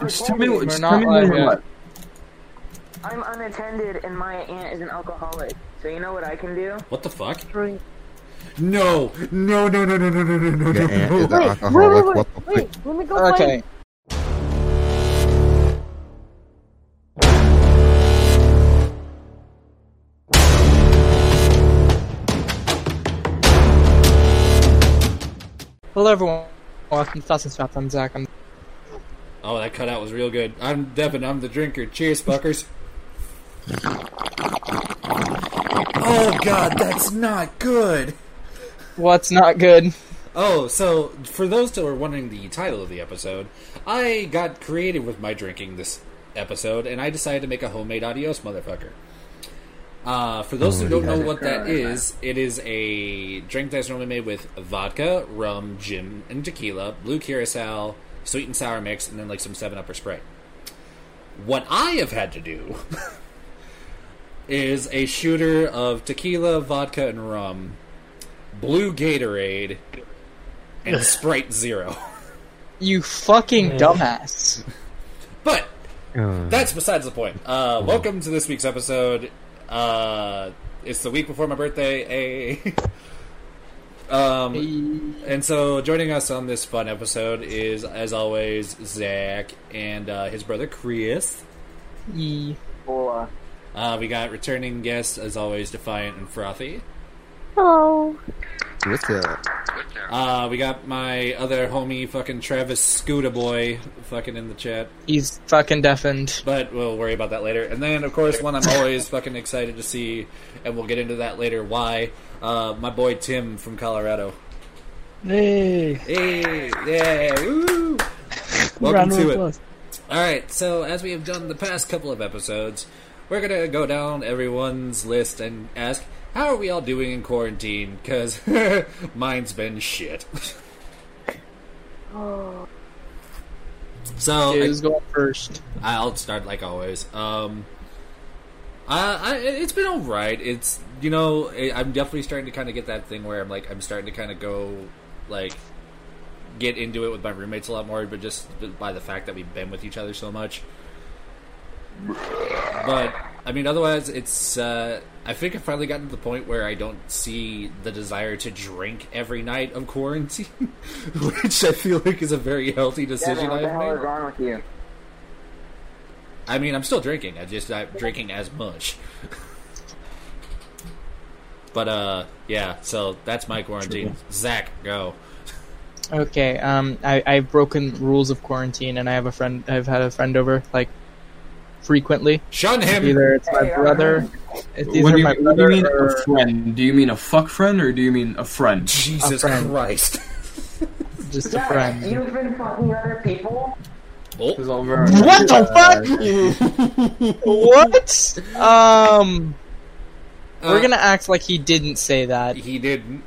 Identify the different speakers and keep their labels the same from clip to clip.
Speaker 1: Just tell me what.
Speaker 2: We're
Speaker 1: Just
Speaker 2: not
Speaker 1: tell me what you
Speaker 2: like
Speaker 1: want.
Speaker 3: I'm unattended, and my aunt is an alcoholic. So you know what I can do?
Speaker 4: What the fuck?
Speaker 3: Drink.
Speaker 4: No, no, no, no, no, no, no, no, no,
Speaker 5: Your aunt
Speaker 4: no.
Speaker 5: is an alcoholic. What the fuck?
Speaker 3: Let me go
Speaker 2: Okay. Hello everyone, welcome to Thoughts and Snaps. I'm Zach. I'm
Speaker 4: Oh, that cutout was real good. I'm Devin. I'm the drinker. Cheers, fuckers. Oh god, that's not good.
Speaker 2: what's not good.
Speaker 4: Oh, so for those that were wondering the title of the episode, I got creative with my drinking this episode, and I decided to make a homemade adios, motherfucker. Uh, for those who don't know what that is, it is a drink that's normally made with vodka, rum, gin, and tequila, blue curacao, sweet and sour mix, and then like some Seven Up or Sprite. What I have had to do is a shooter of tequila, vodka, and rum, blue Gatorade, and Sprite Zero.
Speaker 2: You fucking dumbass.
Speaker 4: But
Speaker 5: Uh,
Speaker 4: that's besides the point. Uh, welcome to this week's episode. Uh, it's the week before my birthday. eh? um, and so joining us on this fun episode is, as always, Zach and uh, his brother Chris.
Speaker 2: E-
Speaker 3: Or
Speaker 4: Uh, we got returning guests, as always, Defiant and Frothy.
Speaker 3: hello.
Speaker 5: What's up?
Speaker 4: Uh, we got my other homie, fucking Travis Scooter Boy, fucking in the chat.
Speaker 2: He's fucking deafened.
Speaker 4: But we'll worry about that later. And then, of course, one I'm always fucking excited to see, and we'll get into that later. Why? Uh, my boy Tim from Colorado.
Speaker 6: Hey,
Speaker 4: Hey, yeah, woo! Welcome
Speaker 6: round of
Speaker 4: to it.
Speaker 6: applause.
Speaker 4: All right, so as we have done the past couple of episodes, we're gonna go down everyone's list and ask, how are we all doing in quarantine? Because mine's been shit. so I-
Speaker 2: Who's going first?
Speaker 4: I'll start like always. Um, I, I it's been all right. It's you know I- I'm definitely starting to kind of get that thing where I'm like I'm starting to kind of go like get into it with my roommates a lot more, but just by the fact that we've been with each other so much. But I mean, otherwise, it's uh, I think I've finally gotten to the point where I don't see the desire to drink every night of quarantine, which I feel like is a very healthy decision.
Speaker 3: Devin, what the
Speaker 4: I've
Speaker 3: hell
Speaker 4: made.
Speaker 3: is wrong with you?
Speaker 4: I mean, I'm still drinking. I just not drinking as much. but uh, yeah. So that's my quarantine. Zach, go.
Speaker 2: Okay. Um, I I've broken rules of quarantine, and I have a friend. I've had a friend over like frequently.
Speaker 4: Shun him.
Speaker 2: Either it's my
Speaker 3: Hey,
Speaker 2: brother. It's
Speaker 1: What
Speaker 2: either
Speaker 1: do you,
Speaker 2: my
Speaker 1: what do you
Speaker 2: brother
Speaker 1: mean
Speaker 2: or
Speaker 1: a friend? Do you mean a fuck friend or do you mean a friend?
Speaker 4: Jesus
Speaker 2: A friend.
Speaker 4: Christ.
Speaker 2: just a
Speaker 3: Yeah,
Speaker 2: friend.
Speaker 3: You've been fucking other people.
Speaker 4: Oh,
Speaker 1: It's all very-
Speaker 2: What the fuck? what? Uh, Um,
Speaker 4: uh,
Speaker 2: we're gonna act like he didn't say that.
Speaker 4: He didn't.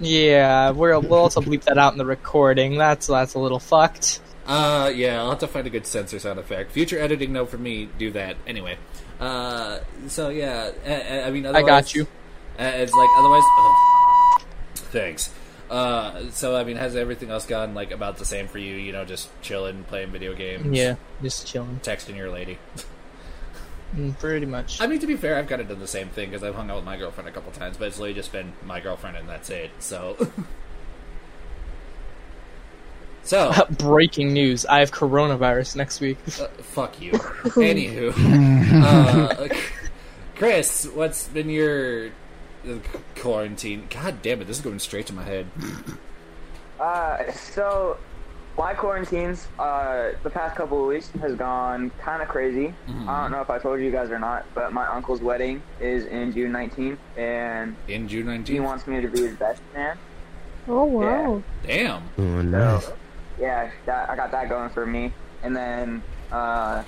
Speaker 2: Yeah, we're, we'll also bleep that out in the recording. That's that's a little fucked.
Speaker 4: Uh, yeah. I'll have to find a good censor sound effect. Future editing note for me. Do that anyway. Uh, so yeah. I, I- I mean,
Speaker 2: I
Speaker 4: otherwise,
Speaker 2: got you.
Speaker 4: Uh, it's like otherwise. Oh, thanks. Uh, so I mean, has everything else gone like about the same for you? You know, just chilling, playing video games.
Speaker 2: Yeah, just chilling.
Speaker 4: texting your lady.
Speaker 2: Mm, pretty much.
Speaker 4: I mean, to be fair, I've kind of done the same thing because I've hung out with my girlfriend a couple times, but it's literally just been my girlfriend and that's it. So, so
Speaker 2: Oh.
Speaker 4: uh,
Speaker 2: Breaking news: I have coronavirus next week.
Speaker 4: fuck you. Anywho, uh, Chris, what's been your uh, quarantine? God damn it, this is going straight to my head.
Speaker 3: Uh, so my quarantines uh, the past couple of weeks has gone kind of crazy. I don't know if I told you guys or not, but my uncle's wedding is in June 19th, and
Speaker 4: In June
Speaker 3: he
Speaker 4: nineteenth.
Speaker 3: wants me to be his best man.
Speaker 6: Oh wow.
Speaker 4: Damn.
Speaker 5: Oh, nice.
Speaker 3: Yeah, that, I got that going for me. And then uh,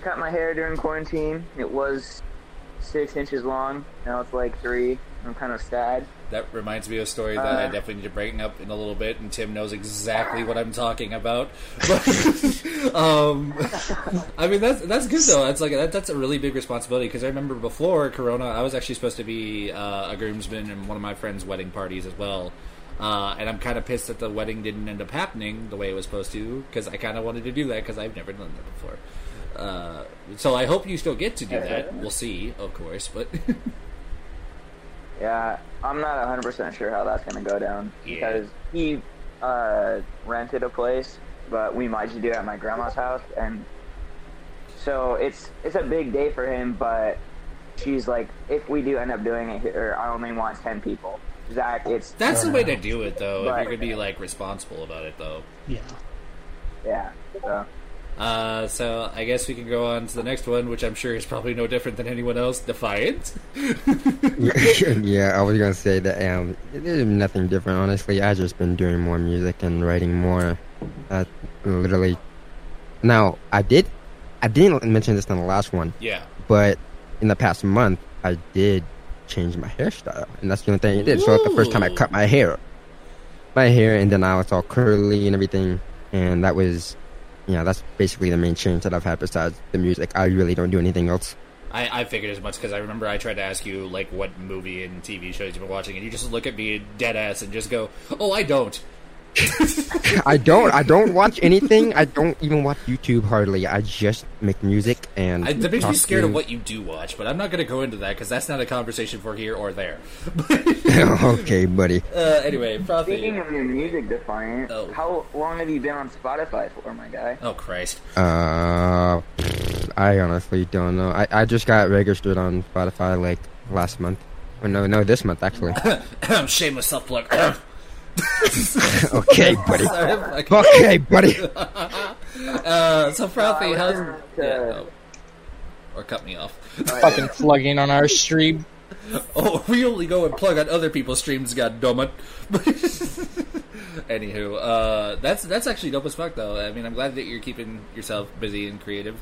Speaker 3: cut my hair during quarantine. It was six inches long. Now it's like three. I'm kind of sad.
Speaker 4: That reminds me of a story that I
Speaker 3: Uh.
Speaker 4: definitely need to bring up in a little bit, and Tim knows exactly what I'm talking about. But, um, I mean, that's that's good though. That's like that, that's a really big responsibility because I remember before Corona, I was actually supposed to be uh, a groomsman in one of my friends' wedding parties as well. Uh, and I'm kind of pissed that the wedding didn't end up happening the way it was supposed to because I kind of wanted to do that because I've never done that before. Uh, so I hope you still get to do that. We'll see, of course, but
Speaker 3: Yeah, I'm not 100% sure how that's going to go down
Speaker 4: Yeah.
Speaker 3: because he uh, rented a place, but we might just do it at my grandma's house, and so it's it's a big day for him. But she's like, if we do end up doing it here, I only want 10 people. Zach, it's
Speaker 4: that's the way to do it, though. If you're
Speaker 3: Right.
Speaker 4: gonna be like responsible about it, though.
Speaker 2: Yeah.
Speaker 3: yeah. So,
Speaker 4: Uh, so I guess we can go on to the next one, which I'm sure is probably no different than anyone else. Defiant.
Speaker 5: yeah, I was gonna say that. Um, there's nothing different, honestly. I just been doing more music and writing more. Uh, literally. Now, I did. I didn't mention this on the last one,
Speaker 4: yeah.
Speaker 5: but in the past month, I did change my hairstyle, and that's the only thing I did. So, like, the first time I
Speaker 4: Ooh.
Speaker 5: cut my hair, my hair, and then now it's all curly and everything, and that was, you know, that's basically the main change that I've had besides the music. I really don't do anything else.
Speaker 4: I, I figured as much because I remember I tried to ask you like what movie and TV shows you've been watching, and you just look at me dead ass and just go, "Oh, I don't."
Speaker 5: I don't. I don't watch anything. I don't even watch YouTube hardly. I just make music and.
Speaker 4: I, that makes me
Speaker 5: talk
Speaker 4: scared of
Speaker 5: to-
Speaker 4: what you do watch, but I'm not going to go into that because that's not a conversation for here or there.
Speaker 5: okay, buddy.
Speaker 4: uh, anyway,
Speaker 3: speaking
Speaker 4: probably.
Speaker 3: of your music, Defiant,
Speaker 4: Oh.
Speaker 3: how long have you been on Spotify for, my guy?
Speaker 4: Oh Christ!
Speaker 5: Uh, I honestly don't know. I, I just got registered on Spotify like last month. Or no, no, this month actually.
Speaker 4: Shameless self plug.
Speaker 5: okay, buddy.
Speaker 4: Sorry, I'm like-
Speaker 5: Okay, buddy.
Speaker 4: uh, so Frothy,
Speaker 3: No, I
Speaker 4: how's
Speaker 3: listened to-
Speaker 4: yeah, oh. or cut me off?
Speaker 2: Fucking plugging on our stream.
Speaker 4: Oh, we only go and plug on other people's streams, goddammit. Anywho, uh, that's that's actually dope as fuck, though. I mean, I'm glad that you're keeping yourself busy and creative.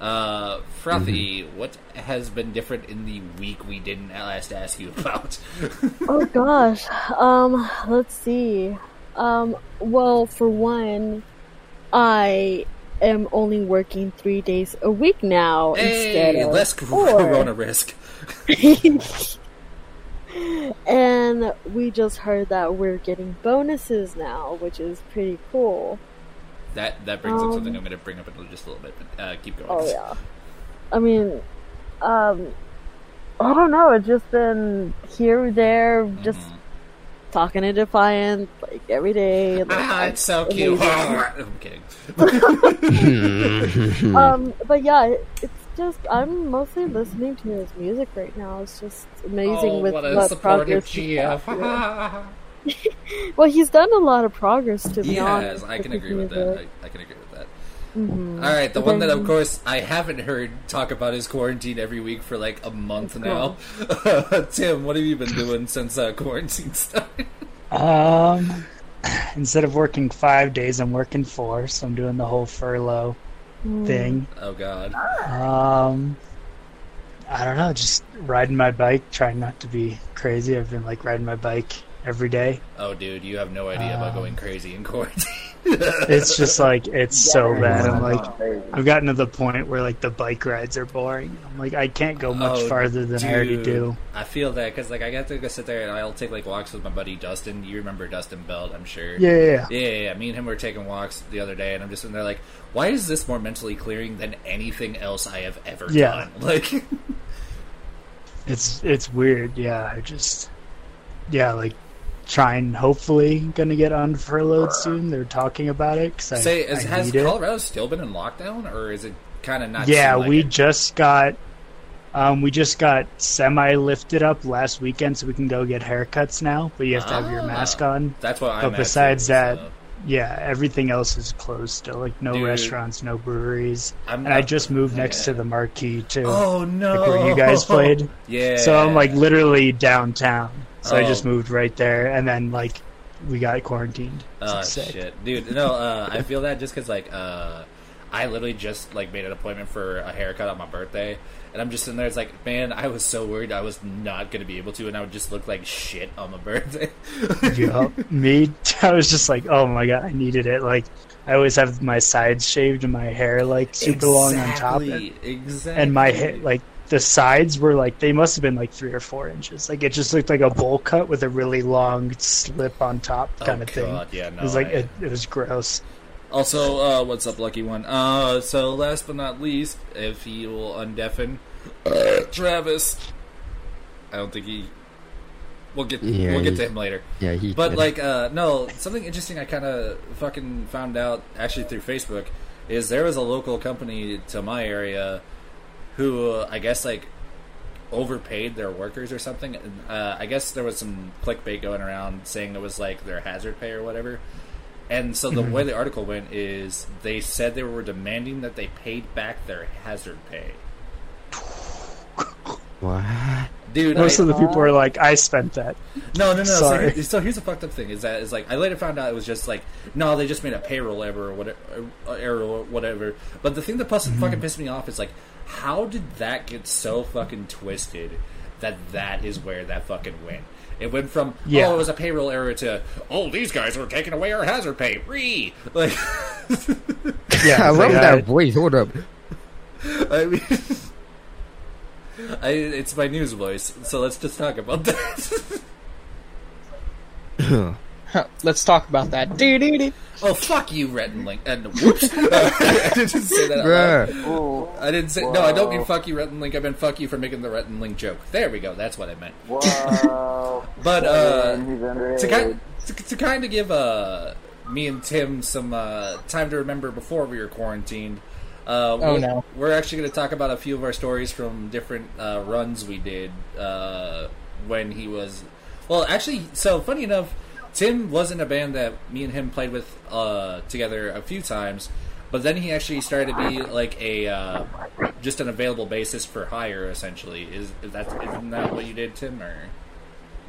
Speaker 4: Uh, Frothy, what has been different in the week we didn't last ask you about?
Speaker 6: Oh gosh. Um, let's see. Um, well, for one, I am only working three days a week now instead
Speaker 4: hey,
Speaker 6: of
Speaker 4: less
Speaker 6: four.
Speaker 4: corona risk.
Speaker 6: and we just heard that we're getting bonuses now, which is pretty cool.
Speaker 4: That that brings up
Speaker 6: Um,
Speaker 4: something I'm going to bring up in just a little bit, but uh, keep going.
Speaker 6: Oh yeah. I mean, um, I don't know. It's just been here, there, just
Speaker 4: Mhm.
Speaker 6: talking to Defiant like every day. Like,
Speaker 4: Ah, it's so cute. I'm kidding.
Speaker 5: Mm.
Speaker 4: Hmm.
Speaker 6: Um, but yeah, it- it's just I'm mostly listening to his music right now. It's just amazing
Speaker 4: oh,
Speaker 6: with
Speaker 4: what
Speaker 6: what,
Speaker 4: a supportive
Speaker 6: progress. he
Speaker 4: GF.
Speaker 6: got here. well, he's done a lot of progress to be honest.
Speaker 4: yes, I can agree with that. I, I can agree with that.
Speaker 6: hmm
Speaker 4: All right, the
Speaker 6: But
Speaker 4: one that,
Speaker 6: then-
Speaker 4: of course, I haven't heard talk about is quarantine every week for like a month now. Tim, what have you been doing since uh, quarantine started?
Speaker 7: Um, instead of working five days, I'm working four, so I'm doing the whole furlough
Speaker 6: Mm.
Speaker 7: thing.
Speaker 4: Oh God,
Speaker 7: Um, I don't know, just riding my bike, trying not to be crazy. I've been like riding my bike every day.
Speaker 4: oh dude, you have no idea about
Speaker 7: Um,
Speaker 4: going crazy in quarantine.
Speaker 7: It's just like it's so bad. I'm like.
Speaker 3: Crazy.
Speaker 7: I've gotten to the point where like the bike rides are boring. I'm like I can't go much
Speaker 4: Oh,
Speaker 7: farther than I already
Speaker 4: dude.
Speaker 7: do.
Speaker 4: I feel that because like I got to go sit there and I'll take like walks with my buddy Dustin. You remember Dustin Belt? I'm sure.
Speaker 7: Yeah, yeah, yeah.
Speaker 4: Yeah, yeah, yeah. Me and him were taking walks the other day, and I'm just sitting there like, why is this more mentally clearing than anything else I have ever
Speaker 7: Yeah.
Speaker 4: done? Like,
Speaker 7: It's it's weird. Yeah, I just yeah, like trying. Hopefully, gonna get on furloughed soon. They're talking about it because I,
Speaker 4: say, is,
Speaker 7: I
Speaker 4: has
Speaker 7: need it.
Speaker 4: Colorado still been in lockdown, or is it kind of not?
Speaker 7: yeah,
Speaker 4: seem like
Speaker 7: we
Speaker 4: it?
Speaker 7: just got um, we just got semi lifted up last weekend, so we can go get haircuts now. But you have to have your
Speaker 4: Ah.
Speaker 7: mask on.
Speaker 4: That's what I'm.
Speaker 7: But
Speaker 4: at,
Speaker 7: besides
Speaker 4: too,
Speaker 7: that,
Speaker 4: so.
Speaker 7: Yeah, everything else is closed still. Like no
Speaker 4: Dude.
Speaker 7: restaurants, no breweries,
Speaker 4: I'm
Speaker 7: and I
Speaker 4: not-
Speaker 7: just moved next to the marquee too.
Speaker 4: Oh no!
Speaker 7: Like where you guys played.
Speaker 4: Yeah.
Speaker 7: So I'm like literally downtown. So I just
Speaker 4: Oh.
Speaker 7: moved right there, and then like we got quarantined.
Speaker 4: Oh
Speaker 7: It's sick.
Speaker 4: shit, dude. No, uh, I feel that just because like uh, I literally just like made an appointment for a haircut on my birthday, and I'm just sitting there. It's like, man, I was so worried I was not gonna be able to, and I would just look like shit on my birthday.
Speaker 7: Yup. Me, I was just like, oh my god, I needed it. Like I always have my sides shaved and my hair like super long on top, and,
Speaker 4: Exactly. Exactly.
Speaker 7: and my hair like the sides were like they must have been like three or four inches. Like it just looked like a bowl cut with a really long slip on top kind
Speaker 4: oh,
Speaker 7: of thing.
Speaker 4: God, yeah, no.
Speaker 7: it was like
Speaker 4: I-
Speaker 7: it, it was gross.
Speaker 4: Also, uh, what's up, lucky one? Uh, so last but not least, if he will undeafen uh, Travis, I don't think he. We'll get
Speaker 5: Yeah,
Speaker 4: we'll get
Speaker 5: he-
Speaker 4: to him later.
Speaker 5: Yeah, he.
Speaker 4: But
Speaker 5: did.
Speaker 4: like, uh, no, something interesting I kind of fucking found out actually through Facebook is there was a local company to my area who uh, I guess like overpaid their workers or something. And, Uh, I guess there was some clickbait going around saying it was like their hazard pay or whatever. And so the way the article went is they said they were demanding that they paid back their hazard pay.
Speaker 5: what?
Speaker 4: Dude,
Speaker 7: Most
Speaker 4: I-
Speaker 7: of the people were like, I spent that.
Speaker 4: No, no, no. So,
Speaker 7: Sorry.
Speaker 4: here- so here's the fucked up thing: is that is like I later found out it was just like no, they just made a payroll error or whatever, uh, error or whatever. But the thing that pus-
Speaker 7: Mm-hmm.
Speaker 4: fucking pissed me off is like, how did that get so fucking twisted that that is where that fucking went? It went from
Speaker 7: Yeah.
Speaker 4: oh, it was a payroll error to oh, these guys were taking away our hazard pay. Re like,
Speaker 7: Yeah,
Speaker 5: I
Speaker 7: it's like,
Speaker 5: love
Speaker 7: uh,
Speaker 5: that voice. Hold up.
Speaker 4: I mean. I, it's my news voice, so let's just talk about that.
Speaker 2: Let's talk about that. Doo-doo-doo.
Speaker 4: oh, fuck you, Rhett and Link. And whoops, I didn't say that. Out loud.
Speaker 5: Bruh.
Speaker 3: Ooh,
Speaker 4: I didn't say no. I don't mean
Speaker 3: Whoa.
Speaker 4: fuck you, Rhett and Link. I meant fuck you for making the Rhett and Link joke. There we go. That's what I meant.
Speaker 3: whoa.
Speaker 4: But uh,
Speaker 3: he's underage.
Speaker 4: to kind to, to kind of give uh me and Tim some uh time to remember before we were quarantined. Uh,
Speaker 2: Oh,
Speaker 4: we're,
Speaker 2: no.
Speaker 4: We're actually going to talk about a few of our stories from different uh, runs we did uh, when he was. Well, actually, so funny enough, Tim was in a band that me and him played with uh, together a few times, but then he actually started to be like a uh, just an available basis for hire. Essentially, is is that isn't that what you did, Tim, or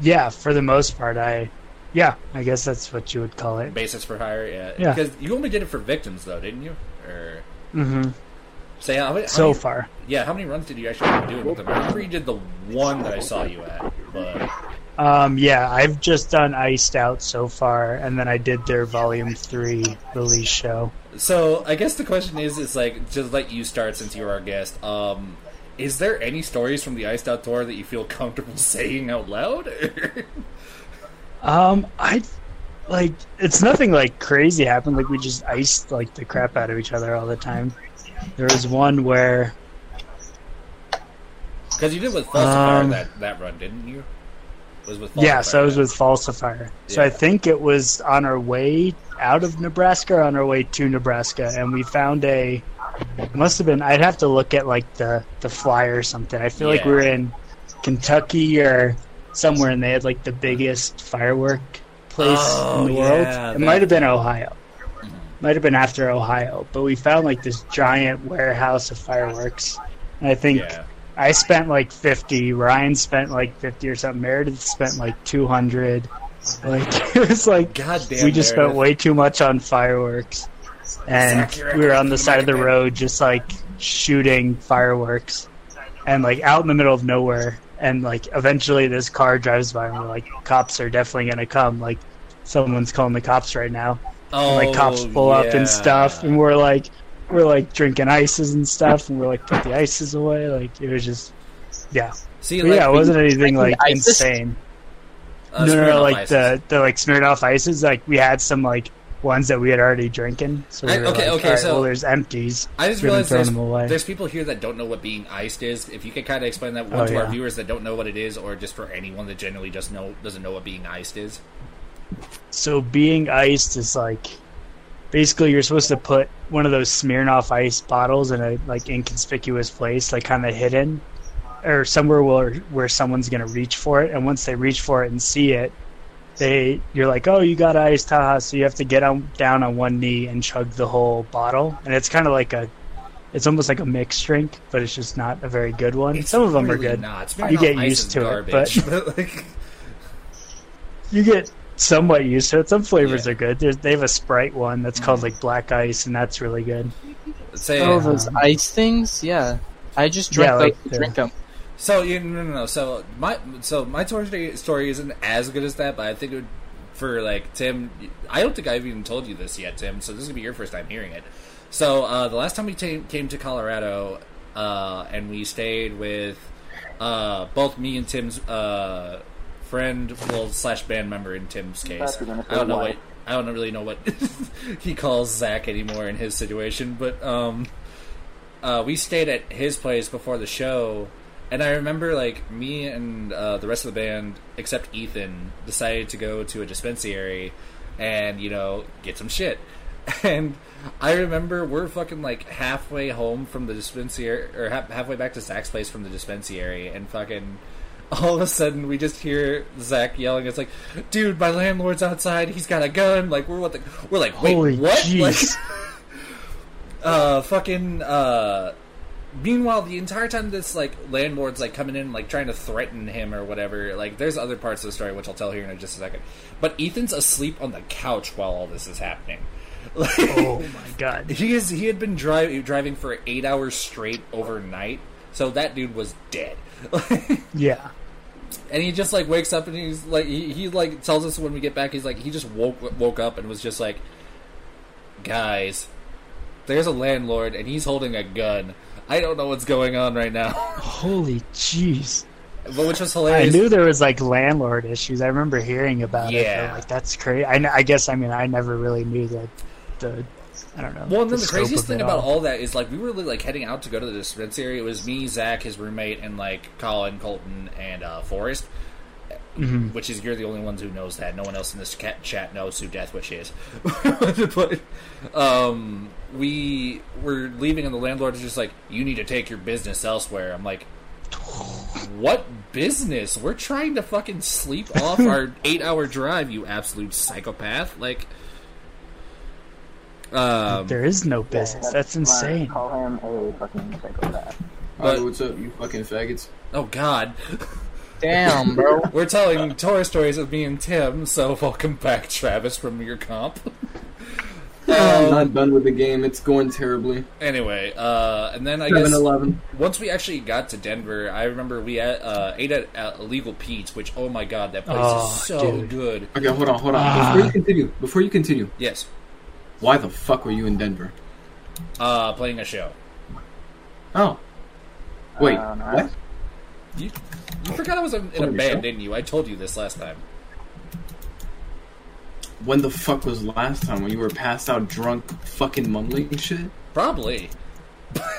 Speaker 7: yeah, for the most part, I. Yeah, I guess that's what you would call it.
Speaker 4: basis for hire? Yeah,
Speaker 7: Yeah.
Speaker 4: because you only did it for victims, though, didn't you? Or
Speaker 7: hmm
Speaker 4: say how, how
Speaker 7: So
Speaker 4: many-
Speaker 7: far.
Speaker 4: Yeah, how many runs did you actually do with them? I remember you did the one that I saw you at, but
Speaker 7: Um, yeah, I've just done Iced Out so far, and then I did their Volume 3 release show.
Speaker 4: so I guess the question is, is like to let you start since you are our guest. Um, is there any stories from the Iced Out tour that you feel comfortable saying out loud?
Speaker 7: Um, I. Like, it's nothing like crazy happened. Like, we just iced, like, the crap out of each other all the time. There was one where.
Speaker 4: Because you did with Falsifier
Speaker 7: Um,
Speaker 4: that that run, didn't you? Was with
Speaker 7: Yeah,
Speaker 4: Falsifier,
Speaker 7: so I was
Speaker 4: yeah.
Speaker 7: with Falsifier. So I
Speaker 4: Yeah.
Speaker 7: think it was on our way out of Nebraska, or on our way to Nebraska, and we found a. It must have been. I'd have to look at like the the flyer or something. I feel like we
Speaker 4: Yeah.
Speaker 7: were in Kentucky or somewhere, and they had like the biggest firework place
Speaker 4: Oh,
Speaker 7: in the world.
Speaker 4: yeah,
Speaker 7: it
Speaker 4: that-
Speaker 7: might have been Ohio. Might have been after Ohio, but we found like this giant warehouse of fireworks. And I think
Speaker 4: Yeah.
Speaker 7: I spent like fifty. Ryan spent like fifty or something. Meredith spent like two hundred. Like it was like
Speaker 4: God damn,
Speaker 7: we just spent
Speaker 4: Meredith.
Speaker 7: way too much on fireworks, and
Speaker 4: Zach, you're
Speaker 7: we were on
Speaker 4: echoing
Speaker 7: the side of the
Speaker 4: back.
Speaker 7: road just like shooting fireworks, and like out in the middle of nowhere. And like eventually, this car drives by, and we're like, "Cops are definitely gonna come!" Like someone's calling the cops right now.
Speaker 4: Oh,
Speaker 7: And, like cops pull up
Speaker 4: yeah.
Speaker 7: and stuff, and we're like, we're like drinking ices and stuff, and we're like, put the ices away. Like it was just, yeah,
Speaker 4: See,
Speaker 7: But
Speaker 4: like,
Speaker 7: yeah, it wasn't anything like
Speaker 2: drinking ices?
Speaker 7: insane.
Speaker 4: uh,
Speaker 7: no, no,
Speaker 4: Smirnoff
Speaker 7: no, like
Speaker 4: Ice.
Speaker 7: the the like Smirnoff ices. Like we had some like ones that we had already drinking. So we
Speaker 4: I-
Speaker 7: were
Speaker 4: okay,
Speaker 7: like,
Speaker 4: okay,
Speaker 7: "All right,
Speaker 4: so-
Speaker 7: well, there's empties.
Speaker 4: I just
Speaker 7: We haven't
Speaker 4: realized there's,
Speaker 7: thrown them away.
Speaker 4: there's people here that don't know what being iced is. If you could kind of explain that one
Speaker 7: Oh,
Speaker 4: to our
Speaker 7: yeah.
Speaker 4: viewers that don't know what it is, or just for anyone that generally just know doesn't know what being iced is.
Speaker 7: So being iced is like basically you're supposed to put one of those Smirnoff ice bottles in a like inconspicuous place, like kind of hidden, or somewhere where where someone's gonna reach for it. And once they reach for it and see it, they you're like, oh, you got iced, haha. So you have to get on, down on one knee and chug the whole bottle. And it's kind of like a, it's almost like a mixed drink, but it's just not a very good one. Some of them
Speaker 4: really
Speaker 7: are good.
Speaker 4: Not. Smirnoff
Speaker 7: You get
Speaker 4: Ice
Speaker 7: used
Speaker 4: is
Speaker 7: to it,
Speaker 4: garbage. but like,
Speaker 7: you get somewhat used to it. Some flavors
Speaker 4: Yeah. Mm.
Speaker 7: are good. There's, they have a Sprite one that's called like Black Ice, and that's really good.
Speaker 4: say,
Speaker 2: Oh, those ice things? Yeah. I just drink
Speaker 7: Yeah,
Speaker 2: those
Speaker 7: like
Speaker 2: to
Speaker 7: the-
Speaker 2: drink them.
Speaker 4: so you no no no. So my so my story story isn't as good as that, but I think it would, for like Tim, I don't think I've even told you this yet, Tim. So this is gonna be your first time hearing it. So uh, the last time we ta- came to Colorado, uh, and we stayed with uh, both me and Tim's uh, friend, well slash band member in Tim's case.
Speaker 3: That's gonna
Speaker 4: I don't know
Speaker 3: feel
Speaker 4: what I don't really know what he calls Zach anymore in his situation, but um, uh, we stayed at his place before the show, and I remember like me and uh, the rest of the band, except Ethan, decided to go to a dispensary and you know get some shit. And I remember we're fucking like halfway home from the dispensary, or ha- halfway back to Zach's place from the dispensary, and fucking all of a sudden we just hear Zach yelling. It's like, dude, my landlord's outside. He's got a gun. Like we're what the we're like, wait,
Speaker 7: Holy
Speaker 4: what?
Speaker 7: jeez.
Speaker 4: Like, uh, fucking. Uh, meanwhile, the entire time this like landlord's like coming in, like trying to threaten him or whatever. Like there's other parts of the story which I'll tell here in just a second. But Ethan's asleep on the couch while all this is happening. Like,
Speaker 7: Oh my god.
Speaker 4: he is he had been dri- driving for eight hours straight overnight, so that dude was dead.
Speaker 7: Yeah.
Speaker 4: and he just like wakes up and he's like he, he like tells us when we get back he's like he just woke woke up and was just like guys there's a landlord and he's holding a gun i don't know what's going on right now
Speaker 7: Holy jeez.
Speaker 4: but which was
Speaker 7: I
Speaker 4: hilarious
Speaker 7: knew there was like landlord issues. I remember hearing about it.
Speaker 4: Yeah.
Speaker 7: but, Like that's crazy. I, kn- I guess I mean I never really knew the the I don't know.
Speaker 4: well, and then the,
Speaker 7: scope
Speaker 4: craziest
Speaker 7: of
Speaker 4: thing
Speaker 7: it
Speaker 4: about all that is like we were like heading out to go to the dispensary. It was me, Zach, his roommate, and like Colin, Colton, and uh, Forrest.
Speaker 7: Mhm.
Speaker 4: Which is you're the only ones who knows that. No one else in this cat chat knows who Deathwish is. but um, we were leaving, and the landlord is just like, "You need to take your business elsewhere." I'm like, "What business? We're trying to fucking sleep off our eight hour drive, you absolute psychopath!" Like, um,
Speaker 7: There is no business. that's
Speaker 3: my-
Speaker 7: insane.
Speaker 3: Call him a fucking psychopath.
Speaker 4: But-
Speaker 1: Hi, what's up, you fucking faggots?
Speaker 4: oh god.
Speaker 1: Um,
Speaker 2: Damn, bro.
Speaker 4: We're telling horror stories of me and Tim, so welcome back, Travis, from your comp.
Speaker 1: I'm not done with the game. It's going terribly.
Speaker 4: anyway, uh, and then I guess
Speaker 1: 7 Eleven.
Speaker 4: once we actually got to Denver, I remember we at, uh, ate at, at Illegal Pete's, which, oh my god, that place
Speaker 7: Oh,
Speaker 4: is so
Speaker 7: dude.
Speaker 4: good.
Speaker 1: Okay, hold on, hold on.
Speaker 7: Ah.
Speaker 1: Before you continue, before you continue,
Speaker 4: Yes,
Speaker 1: why the fuck were you in Denver?
Speaker 4: uh, playing a show.
Speaker 1: Oh. Wait,
Speaker 3: Uh, no,
Speaker 1: what?
Speaker 4: You, you forgot I was in, in a
Speaker 1: Playing a
Speaker 4: band,
Speaker 1: show?
Speaker 4: didn't you? I told you this last time.
Speaker 1: When the fuck was last time when you were passed out drunk, fucking mumbling shit?
Speaker 4: Probably.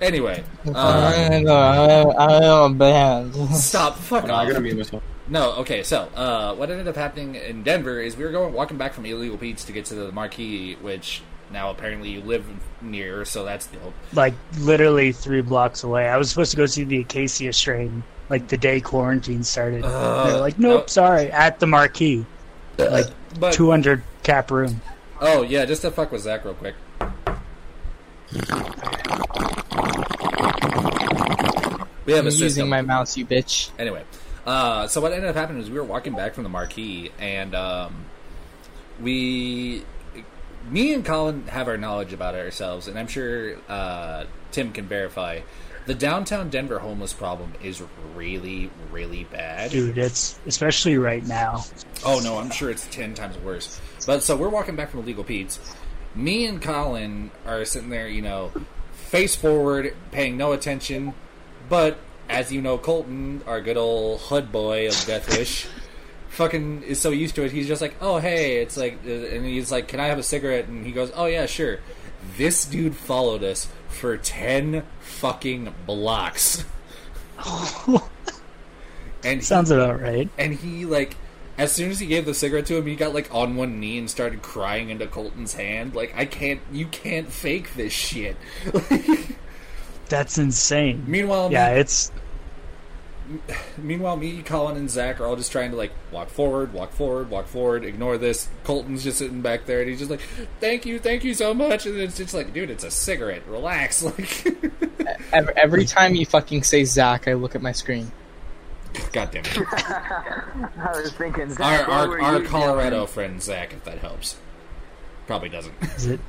Speaker 4: anyway, uh,
Speaker 2: I know, I know, man.
Speaker 4: stop, fuck
Speaker 1: Hold on, I
Speaker 4: off.
Speaker 1: gotta mute myself.
Speaker 4: No, okay, so uh, what ended up happening in Denver is we were going walking back from Illegal Pete's to get to the Marquee, which now apparently you live near, so that's dope.
Speaker 7: Like literally three blocks away. I was supposed to go see the Acacia Strain like the day quarantine started.
Speaker 4: Uh,
Speaker 7: They're like,
Speaker 4: no. Uh,
Speaker 7: nope, sorry, at the Marquee, like
Speaker 4: But
Speaker 7: 200 cap room.
Speaker 4: oh yeah, just to fuck with Zach real quick. We have
Speaker 2: I'm
Speaker 4: a
Speaker 2: using
Speaker 4: system.
Speaker 2: my mouse, you bitch.
Speaker 4: anyway, uh, so what ended up happening is we were walking back from the marquee, and um, we, me and Colin, have our knowledge about it ourselves, and I'm sure uh, Tim can verify. The downtown Denver homeless problem is really, really bad.
Speaker 7: Dude, it's especially right now.
Speaker 4: Oh no, I'm sure it's ten times worse. But so we're walking back from Illegal Pete's. Me and Colin are sitting there, you know, face forward, paying no attention. But as you know, Colton, our good old hood boy of Deathwish, fucking is so used to it. He's just like, "Oh hey," it's like, uh, and he's like, "Can I have a cigarette?" And he goes, "Oh yeah, sure." This dude followed us for ten fucking blocks, and he-
Speaker 7: Sounds about right.
Speaker 4: and he like as soon as he gave the cigarette to him he got like on one knee and started crying into colton's hand like i can't you can't fake this shit
Speaker 7: That's insane.
Speaker 4: meanwhile
Speaker 7: yeah,
Speaker 4: me,
Speaker 7: it's
Speaker 4: meanwhile me colin and zach are all just trying to like walk forward walk forward walk forward ignore this colton's just sitting back there and he's just like thank you thank you so much and it's just like dude it's a cigarette relax like
Speaker 2: Every, every time you fucking say Zach, I look at my screen.
Speaker 4: god damn it
Speaker 3: I was thinking. Zach,
Speaker 4: our,
Speaker 3: where
Speaker 4: our,
Speaker 3: were
Speaker 4: our
Speaker 3: you
Speaker 4: colorado friend zach if that helps probably doesn't
Speaker 7: is it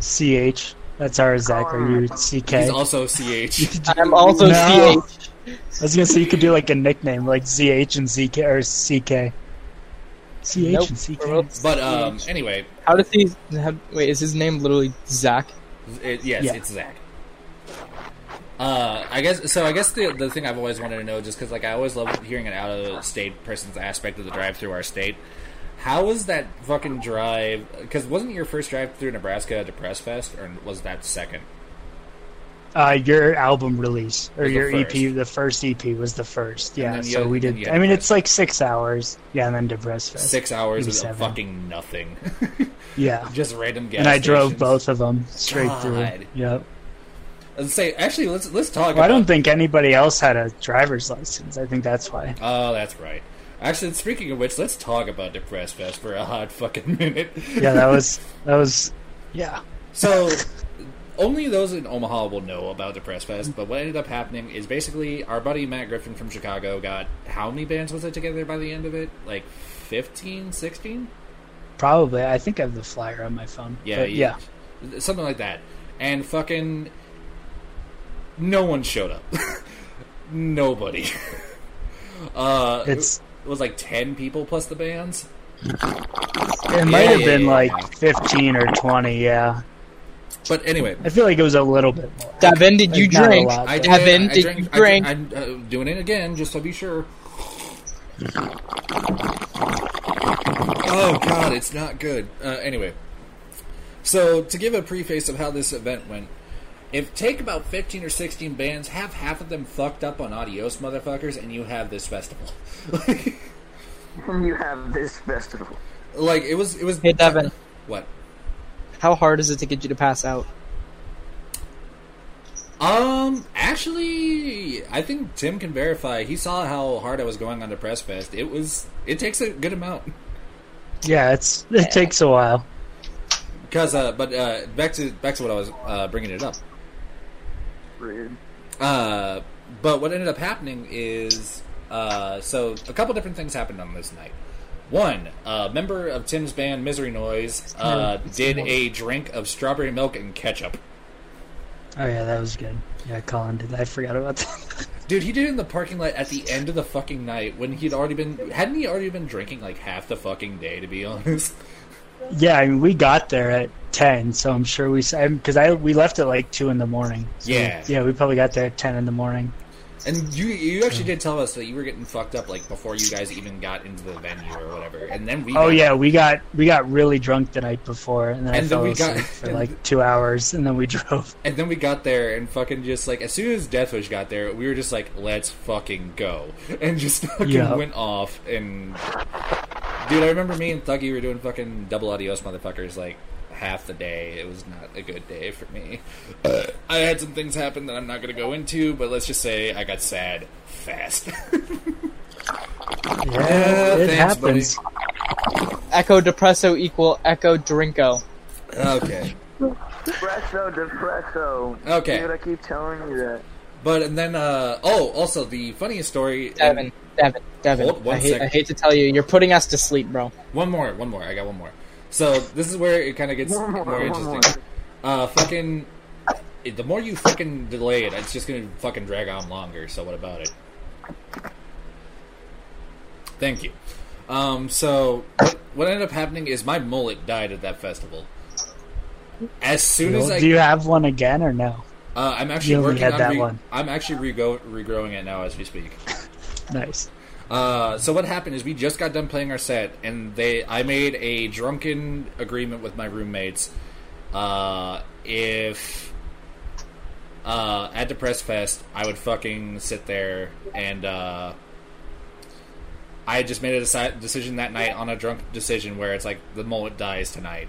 Speaker 7: CH? That's our Zach. Are you CK?
Speaker 4: he's also ch
Speaker 2: I'm also
Speaker 7: No.
Speaker 2: CH.
Speaker 7: I was gonna say you could do like a nickname like ZH and ZK or CK. CH
Speaker 2: Nope.
Speaker 7: and CK.
Speaker 2: We're both
Speaker 4: but um
Speaker 2: CH.
Speaker 4: anyway
Speaker 2: how does he? How, wait, is his name literally Zach?
Speaker 4: It, yes,
Speaker 7: Yeah.
Speaker 4: it's Zach. Uh, I guess so. I guess the the thing I've always wanted to know, just because like I always love hearing an out of state person's aspect of the drive through our state. How was that fucking drive? Because wasn't your first drive through Nebraska to Press Fest, or was that second?
Speaker 7: Uh, your album release or
Speaker 4: Was the
Speaker 7: your EP,
Speaker 4: first.
Speaker 7: the first EP was the
Speaker 4: And
Speaker 7: first. Yeah,
Speaker 4: then you
Speaker 7: so
Speaker 4: had-
Speaker 7: we
Speaker 4: then
Speaker 7: did.
Speaker 4: you had
Speaker 7: I mean,
Speaker 4: Depress
Speaker 7: it's like six hours. Yeah, and then Depress Fest.
Speaker 4: Six hours
Speaker 7: Maybe
Speaker 4: of
Speaker 7: seven.
Speaker 4: fucking nothing,
Speaker 7: Yeah,
Speaker 4: just random gas.
Speaker 7: and I drove
Speaker 4: stations.
Speaker 7: both of them straight
Speaker 4: God.
Speaker 7: through. Yep.
Speaker 4: Let's say actually, let's let's talk.
Speaker 7: Well, I
Speaker 4: about-
Speaker 7: don't think anybody else had a driver's license. I think that's why.
Speaker 4: Oh, that's right. Actually, speaking of which, let's talk about Depress Fest for a hot fucking minute.
Speaker 7: Yeah, that was that was. Yeah,
Speaker 4: So, only those in Omaha will know about the Press Fest, but what ended up happening is basically our buddy Matt Griffin from Chicago got how many bands was it together by the end of it? Like 15, 16?
Speaker 7: probably. I think I have the flyer on my phone.
Speaker 4: Yeah,
Speaker 7: But Uh, yeah.
Speaker 4: yeah. Something like that. And fucking. No one showed up. Nobody. uh,
Speaker 7: It's
Speaker 4: It was like 10 people plus the bands.
Speaker 7: it might have been
Speaker 4: yeah,
Speaker 7: like
Speaker 4: yeah.
Speaker 7: fifteen or twenty. Yeah,
Speaker 4: But anyway,
Speaker 7: I feel like it was a little bit more.
Speaker 2: Davin, did you
Speaker 7: Like, not a
Speaker 2: drink?
Speaker 7: lot,
Speaker 4: I
Speaker 7: but-
Speaker 4: did.
Speaker 2: Evan,
Speaker 4: I
Speaker 2: did
Speaker 4: drank,
Speaker 2: you
Speaker 4: I
Speaker 2: drink?
Speaker 4: I'm uh, doing it again, just to be sure. Oh God, it's not good. Uh, anyway, so to give a preface of how this event went, if take about fifteen or sixteen bands, have half of them fucked up on adios, motherfuckers, and you have this festival. like,
Speaker 3: you have this festival.
Speaker 4: like it was, it was.
Speaker 2: Hey, Devin.
Speaker 4: What?
Speaker 2: How hard is it to get you to pass out?
Speaker 4: Um, actually, I think Tim can verify. He saw how hard I was going on the press fest. It was. It takes a good amount.
Speaker 7: Yeah, it's it takes a while.
Speaker 4: Because, uh, but uh, back to back to what I was uh, bringing it up.
Speaker 3: Rude.
Speaker 4: Uh, but what ended up happening is, uh, so a couple different things happened on this night. One, a member of Tim's band Misery Noise uh, did a drink of strawberry milk and ketchup.
Speaker 7: Oh yeah, that was good. Yeah, Colin did. that. I forgot about that.
Speaker 4: Dude, he did it in the parking lot at the end of the fucking night when he'd already been hadn't he already been drinking like half the fucking day to be honest.
Speaker 7: yeah, I mean, we got there at ten, so I'm sure we because I we left at like two in the morning. So,
Speaker 4: Yeah.
Speaker 7: yeah, we probably got there at ten in the morning.
Speaker 4: And you you actually did tell us that you were getting fucked up like before you guys even got into the venue or whatever. And then we
Speaker 7: Oh
Speaker 4: got-
Speaker 7: yeah, we got we got really drunk the night before, and then I
Speaker 4: And then
Speaker 7: fell
Speaker 4: we got-
Speaker 7: asleep for like two hours, and then we drove.
Speaker 4: And then we got there and fucking just like as soon as Deathwish got there, we were just like, let's fucking go. And just fucking
Speaker 7: Yeah.
Speaker 4: went off and Dude, I remember me and Thuggy were doing fucking double adios motherfuckers like half the day. It was not a good day for me. I had some things happen that I'm not gonna go into, but let's just say I got sad fast.
Speaker 7: Yeah, it
Speaker 4: thanks,
Speaker 7: happens.
Speaker 2: Echo depresso equal echo drinko.
Speaker 4: okay.
Speaker 3: Depresso, depresso.
Speaker 4: Okay.
Speaker 3: Dude, I keep telling you that.
Speaker 4: But and then uh oh, also the funniest story
Speaker 2: Devin, Devin,
Speaker 4: Hold
Speaker 2: Devin.
Speaker 4: one
Speaker 2: I hate, I
Speaker 4: second.
Speaker 2: hate to tell you, you're putting us to sleep, bro.
Speaker 4: One more, one more. I got one more. So this is where it kind of gets
Speaker 3: One more,
Speaker 4: more,
Speaker 3: one
Speaker 4: interesting.
Speaker 3: more.
Speaker 4: Uh, fucking. The more you fucking delay it, it's just gonna fucking drag on longer. So what about it? Thank you. Um, so what, what ended up happening is my mullet died at that festival. As soon as I,
Speaker 7: Do you have one again or no?
Speaker 4: uh, I'm actually
Speaker 7: you only
Speaker 4: working
Speaker 7: had
Speaker 4: on
Speaker 7: that
Speaker 4: re-
Speaker 7: one?
Speaker 4: I'm actually rego- regrowing it now as we speak.
Speaker 7: Nice.
Speaker 4: Uh, so what happened is we just got done playing our set, and they I made a drunken agreement with my roommates. Uh, if uh, at Depress Fest, I would fucking sit there and uh, I just made a deci- decision that night on a drunk decision where it's like the mullet dies tonight.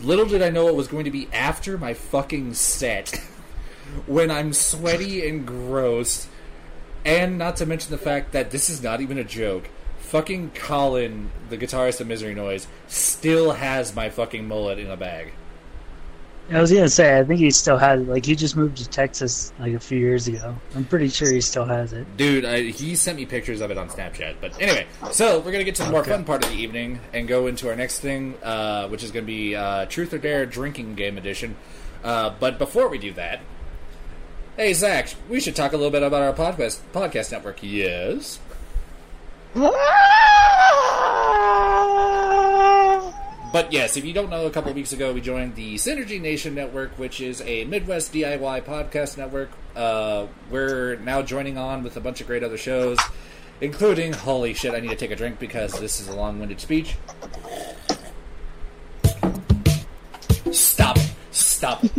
Speaker 4: Little did I know it was going to be after my fucking set, when I'm sweaty and gross. And not to mention the fact that this is not even a joke. Fucking Colin, the guitarist of Misery Noise, still has my fucking mullet in a bag.
Speaker 7: I was gonna say, I think he still has it. Like he just moved to Texas like a few years ago. I'm pretty sure he still has it.
Speaker 4: Dude, I, he sent me pictures of it on Snapchat. But anyway, so we're going to get to the more fun part of the evening and go into our next thing, uh, which is going to be uh, Truth or Dare Drinking Game Edition. Uh, but before we do that, hey, Zach, we should talk a little bit about our podcast, podcast network. Yes? But yes, if you don't know, a couple weeks ago we joined the Synergy Nation Network, which is a Midwest DIY podcast network. Uh, we're now joining on with a bunch of great other shows, including holy shit, I need to take a drink because this is a long-winded speech. Stop it! Stop it!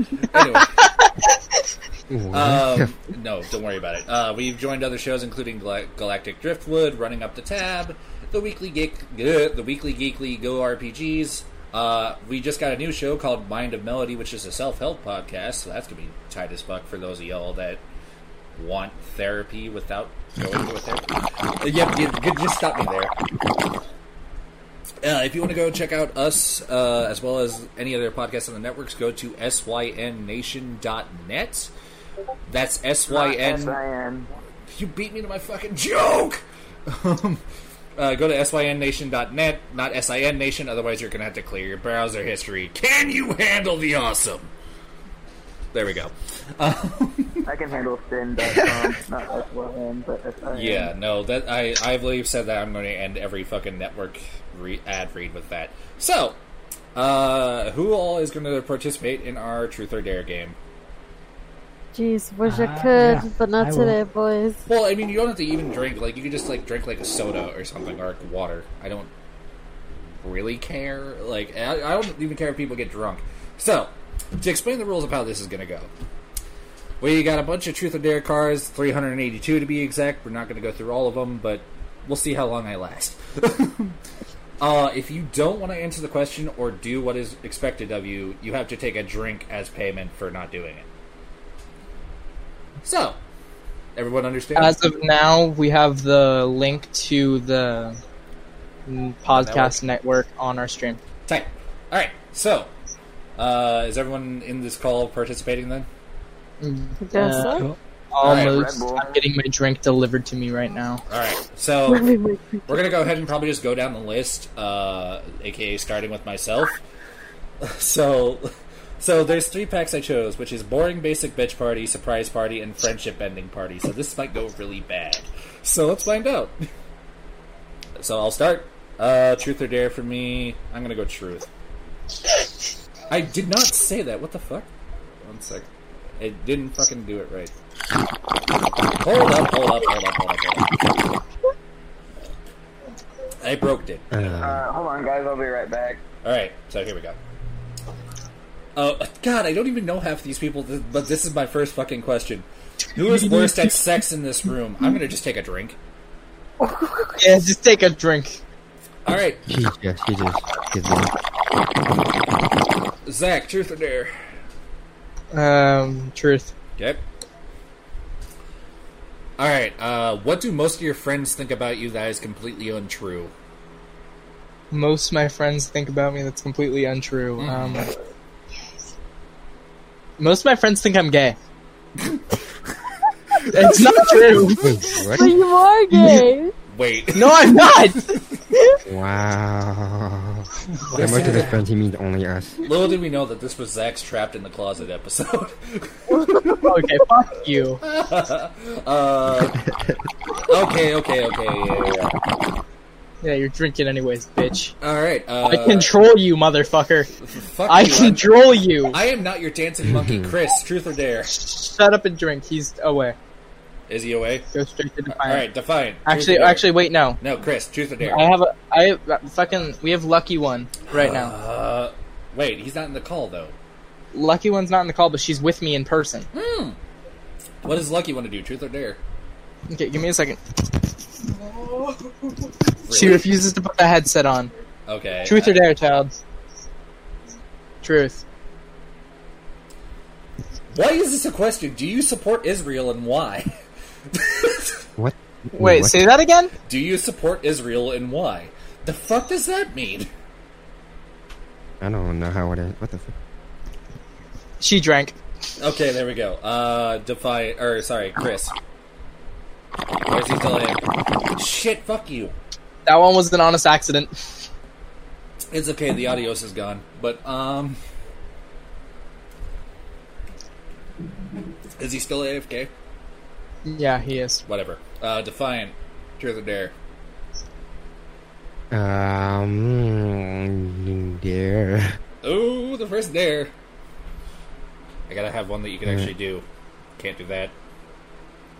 Speaker 4: Anyway. Um, no, don't worry about it. Uh, we've joined other shows, including Gal- Galactic Driftwood, Running Up the Tab, the Weekly Geek, uh, the Weekly Geekly Go RPGs. Uh, we just got a new show called Mind of Melody, which is a self-help podcast. So that's gonna be tight as fuck for those of y'all that want therapy without going to a therapy. Uh, Yep, you, you just stop me there. Uh, if you want to go check out us uh, as well as any other podcasts on the networks, go to synnation.net. That's
Speaker 3: S
Speaker 4: syn.
Speaker 3: I N.
Speaker 4: You beat me to my fucking joke. um, uh, go to synnation.net, not sin nation. Otherwise, you're gonna have to clear your browser history. Can you handle the awesome? There we go.
Speaker 3: I can handle thin. But, um, not S Y N, but S I N.
Speaker 4: Yeah, no, that I I believe said that I'm going to end every fucking network re- ad read with that. So, uh, who all is going to participate in our Truth or Dare game?
Speaker 6: Jeez, wish I
Speaker 7: Ah,
Speaker 6: could,
Speaker 7: yeah,
Speaker 6: but not
Speaker 7: I will.
Speaker 6: today, boys.
Speaker 4: Well, I mean, you don't have to even drink. Like, you can just like drink like a soda or something or like, water. I don't really care. Like, I, I don't even care if people get drunk. So, to explain the rules of how this is going to go, we got a bunch of Truth or Dare cards, 382 to be exact. We're not going to go through all of them, but we'll see how long I last. Uh, if you don't want to answer the question or do what is expected of you, you have to take a drink as payment for not doing it. So, everyone understand?
Speaker 2: As of now, we have the link to the mm, podcast network on our stream.
Speaker 4: Tight. All right. So, uh, is everyone in this call participating then?
Speaker 6: Guess
Speaker 2: Uh,
Speaker 6: so.
Speaker 7: Cool.
Speaker 3: right, Red
Speaker 2: Almost.
Speaker 3: Bull.
Speaker 2: I'm getting my drink delivered to me right now.
Speaker 4: All right. So
Speaker 6: Let me make me-
Speaker 4: we're gonna go ahead and probably just go down the list, uh, aka starting with myself. So, so there's three packs I chose, which is boring, basic bitch party, surprise party, and friendship ending party. So this might go really bad. So let's find out. So I'll start. Uh, truth or dare for me. I'm gonna go truth. I did not say that. What the fuck? One sec. It didn't fucking do it right. Hold up, hold up, hold up, hold up, hold up. I broke it.
Speaker 5: Uh,
Speaker 3: Uh, hold on, guys. I'll be right back.
Speaker 4: All right, so here we go. Oh God, I don't even know half these people, th- but this is my first fucking question. Who is worst at sex in this room? I'm gonna just take a drink.
Speaker 2: Yeah, just take a drink.
Speaker 4: All right,
Speaker 5: she just, she just, she's like,
Speaker 4: Zach, truth or dare?
Speaker 2: Um, truth.
Speaker 4: Yep. All right. Uh, what do most of your friends think about you that is completely untrue?
Speaker 2: Most of my friends think about me that's completely untrue.
Speaker 3: Mm-hmm.
Speaker 2: Um, most of my friends think I'm gay. it's not true.
Speaker 6: But
Speaker 5: what?
Speaker 6: you are gay.
Speaker 4: Wait.
Speaker 2: No, I'm not.
Speaker 5: Wow. How much of the friends he means only us?
Speaker 4: Little did we know that this was Zach's trapped in the closet episode.
Speaker 2: okay, fuck you.
Speaker 4: uh, okay. Okay. Okay. Yeah. yeah, yeah.
Speaker 2: Yeah, you're drinking anyways, bitch.
Speaker 4: All right. Uh,
Speaker 2: I control you, motherfucker.
Speaker 4: Fuck
Speaker 2: I
Speaker 4: you, I'm-
Speaker 2: control you.
Speaker 4: I am not your dancing monkey, Chris. Truth or dare?
Speaker 2: Shut up and drink. He's away.
Speaker 4: Is he away?
Speaker 2: Go straight to defiant.
Speaker 4: All right, define. Truth
Speaker 2: Actually,
Speaker 4: or dare.
Speaker 2: actually, wait, no.
Speaker 4: no, Chris. Truth or dare?
Speaker 2: I have a, I have, uh, fucking, we have Lucky One right now.
Speaker 4: Uh, wait, he's not in the call though.
Speaker 2: Lucky One's not in the call, but she's with me in person.
Speaker 4: What does Lucky want to do? Truth or dare?
Speaker 2: Okay, give me a second. She
Speaker 4: Really?
Speaker 2: refuses to put the headset on.
Speaker 4: Okay.
Speaker 2: Truth or dare, child? Truth.
Speaker 4: Why is this a question? Do you support Israel and why?
Speaker 5: What?
Speaker 2: Wait,
Speaker 5: what?
Speaker 2: say that again?
Speaker 4: Do you support Israel and why? The fuck does that mean?
Speaker 5: I don't know how it is. What the fuck?
Speaker 2: She drank.
Speaker 4: Okay, there we go. Uh, defy. Or sorry, Chris. Why is he still in? Shit! Fuck you.
Speaker 2: That one was an honest accident.
Speaker 4: It's okay. The adios is gone. But um, is he still AFK?
Speaker 2: Yeah, he is.
Speaker 4: Whatever. Uh, Defiant, Truth or Dare.
Speaker 5: Um, Mm, Dear.
Speaker 4: Oh, the first dare. I gotta have one that you can actually do. Can't do that.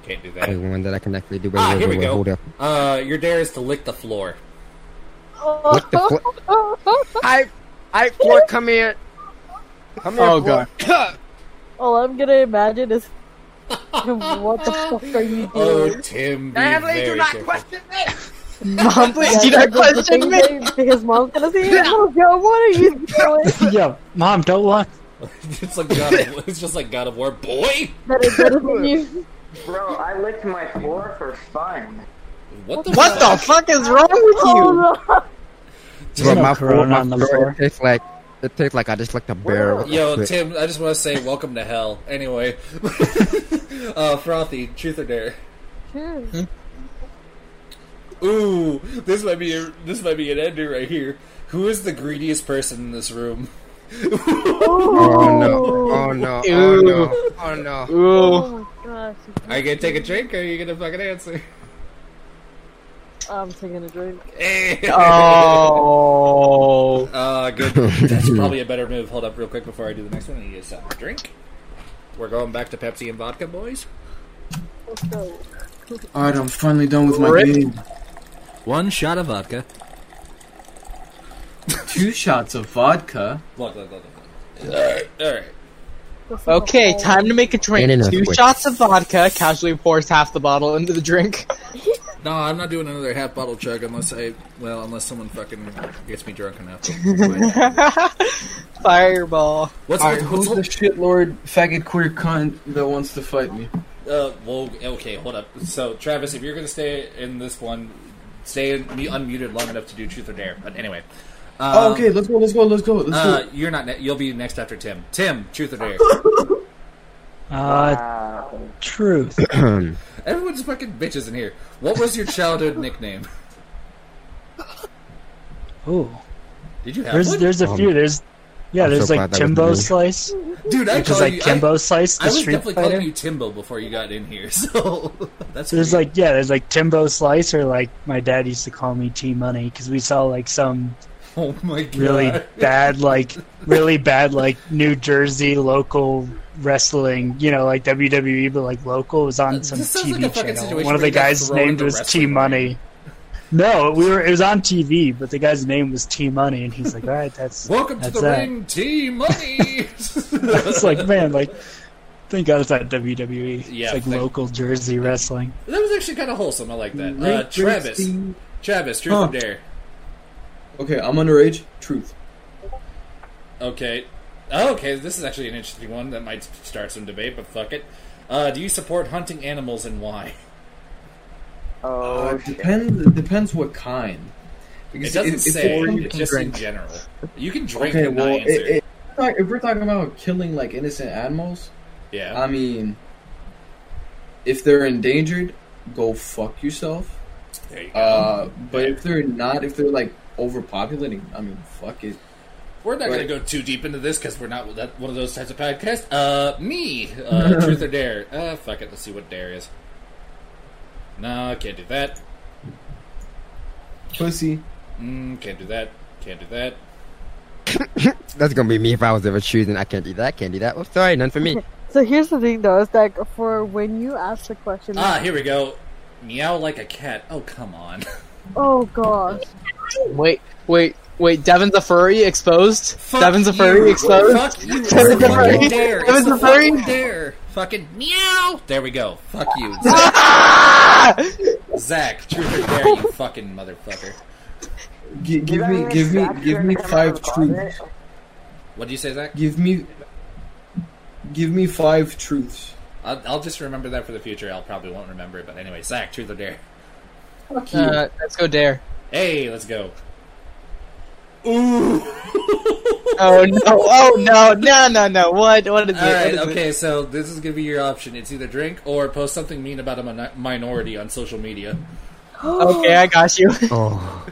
Speaker 4: Can't do
Speaker 5: The
Speaker 4: that.
Speaker 5: one that I can actually do. Wait,
Speaker 4: Ah,
Speaker 5: wait,
Speaker 4: here
Speaker 5: wait,
Speaker 4: we
Speaker 5: wait,
Speaker 4: go.
Speaker 5: Hold up.
Speaker 4: Uh, your dare is to lick the floor.
Speaker 5: What the fl- I, I, Floor, come here. Come here,
Speaker 2: Oh,
Speaker 5: Floor.
Speaker 6: All I'm gonna imagine is, what the fuck are you
Speaker 4: Oh,
Speaker 6: doing?
Speaker 4: Tim, be very careful.
Speaker 2: Mom, please do
Speaker 6: Yeah,
Speaker 2: not
Speaker 6: that's the
Speaker 2: question
Speaker 6: thing
Speaker 2: me.
Speaker 6: that His mom's gonna see it. Oh, girl, what are you doing?
Speaker 7: Yo, mom, don't lock.
Speaker 4: it's like God of, it's just like God of War, boy.
Speaker 6: That is better than you.
Speaker 3: Bro, I licked my floor for fun.
Speaker 4: What the?
Speaker 2: What the fuck is wrong with you?
Speaker 6: Oh, no.
Speaker 5: Bro,
Speaker 7: no
Speaker 5: my floor,
Speaker 7: Corona
Speaker 5: my
Speaker 7: on the
Speaker 5: floor.
Speaker 7: floor.
Speaker 5: It tastes like, it tastes like I just licked a barrel. of
Speaker 4: Yo,
Speaker 5: shit.
Speaker 4: Tim, I just want to say welcome to hell. Anyway, uh, frothy, truth or dare?
Speaker 6: Cheers.
Speaker 4: Ooh, this might be a, this might be an ender right here. Who is the greediest person in this room?
Speaker 5: Oh no! Oh no! Oh no! Oh no!
Speaker 2: Ooh.
Speaker 6: Oh my gosh.
Speaker 4: Are you gonna take a drink or are you gonna fucking answer?
Speaker 6: I'm taking a drink.
Speaker 4: Hey.
Speaker 2: Oh.
Speaker 4: Uh, good. That's probably a better move. Hold up, real quick, before I do the next one. I need a sip of drink. We're going back to Pepsi and vodka, boys.
Speaker 6: Let's go.
Speaker 1: Alright, I'm finally done with my
Speaker 2: Rip.
Speaker 1: game.
Speaker 4: One shot of vodka.
Speaker 1: Two shots of vodka.
Speaker 4: Look, look, look, look. All right, all right.
Speaker 6: This is a
Speaker 2: Okay,
Speaker 6: whole-
Speaker 2: time to make a drink.
Speaker 5: And enough
Speaker 2: Two
Speaker 5: with-
Speaker 2: shots of vodka. Casually pours half the bottle into the drink.
Speaker 4: No, I'm not doing another half bottle chug unless I, well, unless someone fucking gets me drunk enough.
Speaker 2: Fireball.
Speaker 4: What's
Speaker 1: Alright,
Speaker 4: what's
Speaker 1: who's the shitlord faggot queer cunt that wants to fight me?
Speaker 4: Uh, well, okay, hold up. So, Travis, if you're gonna stay in this one, stay in, be unmuted long enough to do truth or dare. But anyway, uh,
Speaker 1: Oh, okay, let's go, let's go, let's go, let's
Speaker 4: Uh,
Speaker 1: do it.
Speaker 4: you're not. Ne- you'll be next after Tim. Tim, truth or dare?
Speaker 7: Uh,
Speaker 3: Uh,
Speaker 7: truth.
Speaker 4: Everyone's fucking bitches in here. What was your childhood nickname?
Speaker 7: Ooh,
Speaker 4: Did you have
Speaker 7: there's
Speaker 4: one?
Speaker 7: there's a
Speaker 5: Um,
Speaker 7: few. There's yeah,
Speaker 5: I'm
Speaker 7: there's
Speaker 5: so glad
Speaker 7: like
Speaker 5: that wasn't
Speaker 7: Timbo
Speaker 5: me.
Speaker 7: Slice,
Speaker 4: Dude, I
Speaker 7: which is
Speaker 4: call
Speaker 7: like
Speaker 4: you.
Speaker 7: Kimbo Slice,
Speaker 4: I,
Speaker 7: the
Speaker 4: I was
Speaker 7: Street
Speaker 4: definitely
Speaker 7: Fighter.
Speaker 4: calling you Timbo before you got in here. So that's
Speaker 7: So there's
Speaker 4: weird.
Speaker 7: like yeah, there's like Timbo Slice, or like my dad used to call me T Money because we saw like some
Speaker 4: oh my god.
Speaker 7: really bad like really bad like New Jersey local wrestling, you know, like WWE but like local It was on
Speaker 4: This
Speaker 7: some
Speaker 4: sounds
Speaker 7: TV
Speaker 4: like a fucking
Speaker 7: channel.
Speaker 4: situation
Speaker 7: One of
Speaker 4: where you
Speaker 7: the
Speaker 4: got
Speaker 7: guys
Speaker 4: thrown in
Speaker 7: named
Speaker 4: the
Speaker 7: was
Speaker 4: wrestling
Speaker 7: T Money. No, we were it was on TV, but the guy's name was T Money and he's like, "All right, that's
Speaker 4: Welcome to
Speaker 7: that's
Speaker 4: the
Speaker 7: that.
Speaker 4: ring, T Money.
Speaker 7: It's like, man, like thank God it's not WWE.
Speaker 4: Yeah,
Speaker 7: it's like
Speaker 4: thank-
Speaker 7: local Jersey wrestling.
Speaker 4: That was actually kind of wholesome. I like that. Uh,
Speaker 1: Rip,
Speaker 4: Travis,
Speaker 1: Christine.
Speaker 4: Travis, truth
Speaker 1: Huh.
Speaker 4: or dare?
Speaker 1: Okay, I'm underage. Truth.
Speaker 4: Okay. Oh, okay, this is actually an interesting one that might start some debate, but fuck it. Uh, do you support hunting animals and why?
Speaker 1: Uh,
Speaker 3: oh, shit.
Speaker 1: depends, depends what kind.
Speaker 4: It
Speaker 1: Because
Speaker 4: doesn't
Speaker 1: it's-
Speaker 4: say.
Speaker 1: or you
Speaker 4: it's
Speaker 1: can
Speaker 4: just
Speaker 1: drink.
Speaker 4: in general. You can drink
Speaker 1: Okay,
Speaker 4: and
Speaker 1: well,
Speaker 4: not
Speaker 1: it,
Speaker 4: answer.
Speaker 1: it, if we're talking about killing like innocent animals,
Speaker 4: yeah.
Speaker 1: I mean, if they're endangered, go fuck yourself.
Speaker 4: there you go.
Speaker 1: Uh, but if they're not, if they're like overpopulating, I mean, fuck it.
Speaker 4: we're not going to
Speaker 1: right.
Speaker 4: go too deep into this because we're not that, one of those types of podcasts. Uh, me, uh, truth or dare? Uh, fuck it. Let's see what dare is. No, can't do that.
Speaker 1: Pussy.
Speaker 4: Mm, can't do that. Can't do that.
Speaker 5: That's gonna be me if I was ever choosing. I can't do that. Can't do that. Oh, sorry, none for me.
Speaker 6: So here's the thing, though, is that for when you ask the question,
Speaker 4: Ah, here we go. Meow like a cat. Oh, come on.
Speaker 6: oh gosh,
Speaker 2: Wait, wait, wait. Devin's a furry exposed.
Speaker 4: Fuck
Speaker 2: Devin's a furry
Speaker 4: you.
Speaker 2: exposed.
Speaker 4: Fuck you. It's
Speaker 2: Devin's a
Speaker 4: a
Speaker 2: furry.
Speaker 4: fucking dare. It's
Speaker 2: Devin's
Speaker 4: a
Speaker 2: a furry.
Speaker 4: fucking dare. Fucking meow. There we go. Fuck you. Zach, truth or dare, you fucking motherfucker.
Speaker 1: G-
Speaker 3: Did
Speaker 1: give
Speaker 3: I
Speaker 1: me,
Speaker 3: even
Speaker 1: give me,
Speaker 3: stop
Speaker 1: give
Speaker 3: trying
Speaker 1: me
Speaker 3: to come out of
Speaker 1: five
Speaker 3: the
Speaker 1: truths.
Speaker 3: closet?
Speaker 4: What do you say, Zach?
Speaker 1: Give me, give me five truths.
Speaker 4: I'll, I'll just remember that for the future. I'll probably won't remember it, but anyway, Zach, truth or dare.
Speaker 2: Uh, let's go dare.
Speaker 4: Hey, let's go. Ooh.
Speaker 2: Oh no! Oh no! No! No! No! What? What is
Speaker 4: All
Speaker 2: it?
Speaker 4: right.
Speaker 2: What is it?
Speaker 4: Okay. So this is gonna be your option. It's either drink or post something mean about a min- minority on social media.
Speaker 2: Okay, I got you.
Speaker 5: Oh,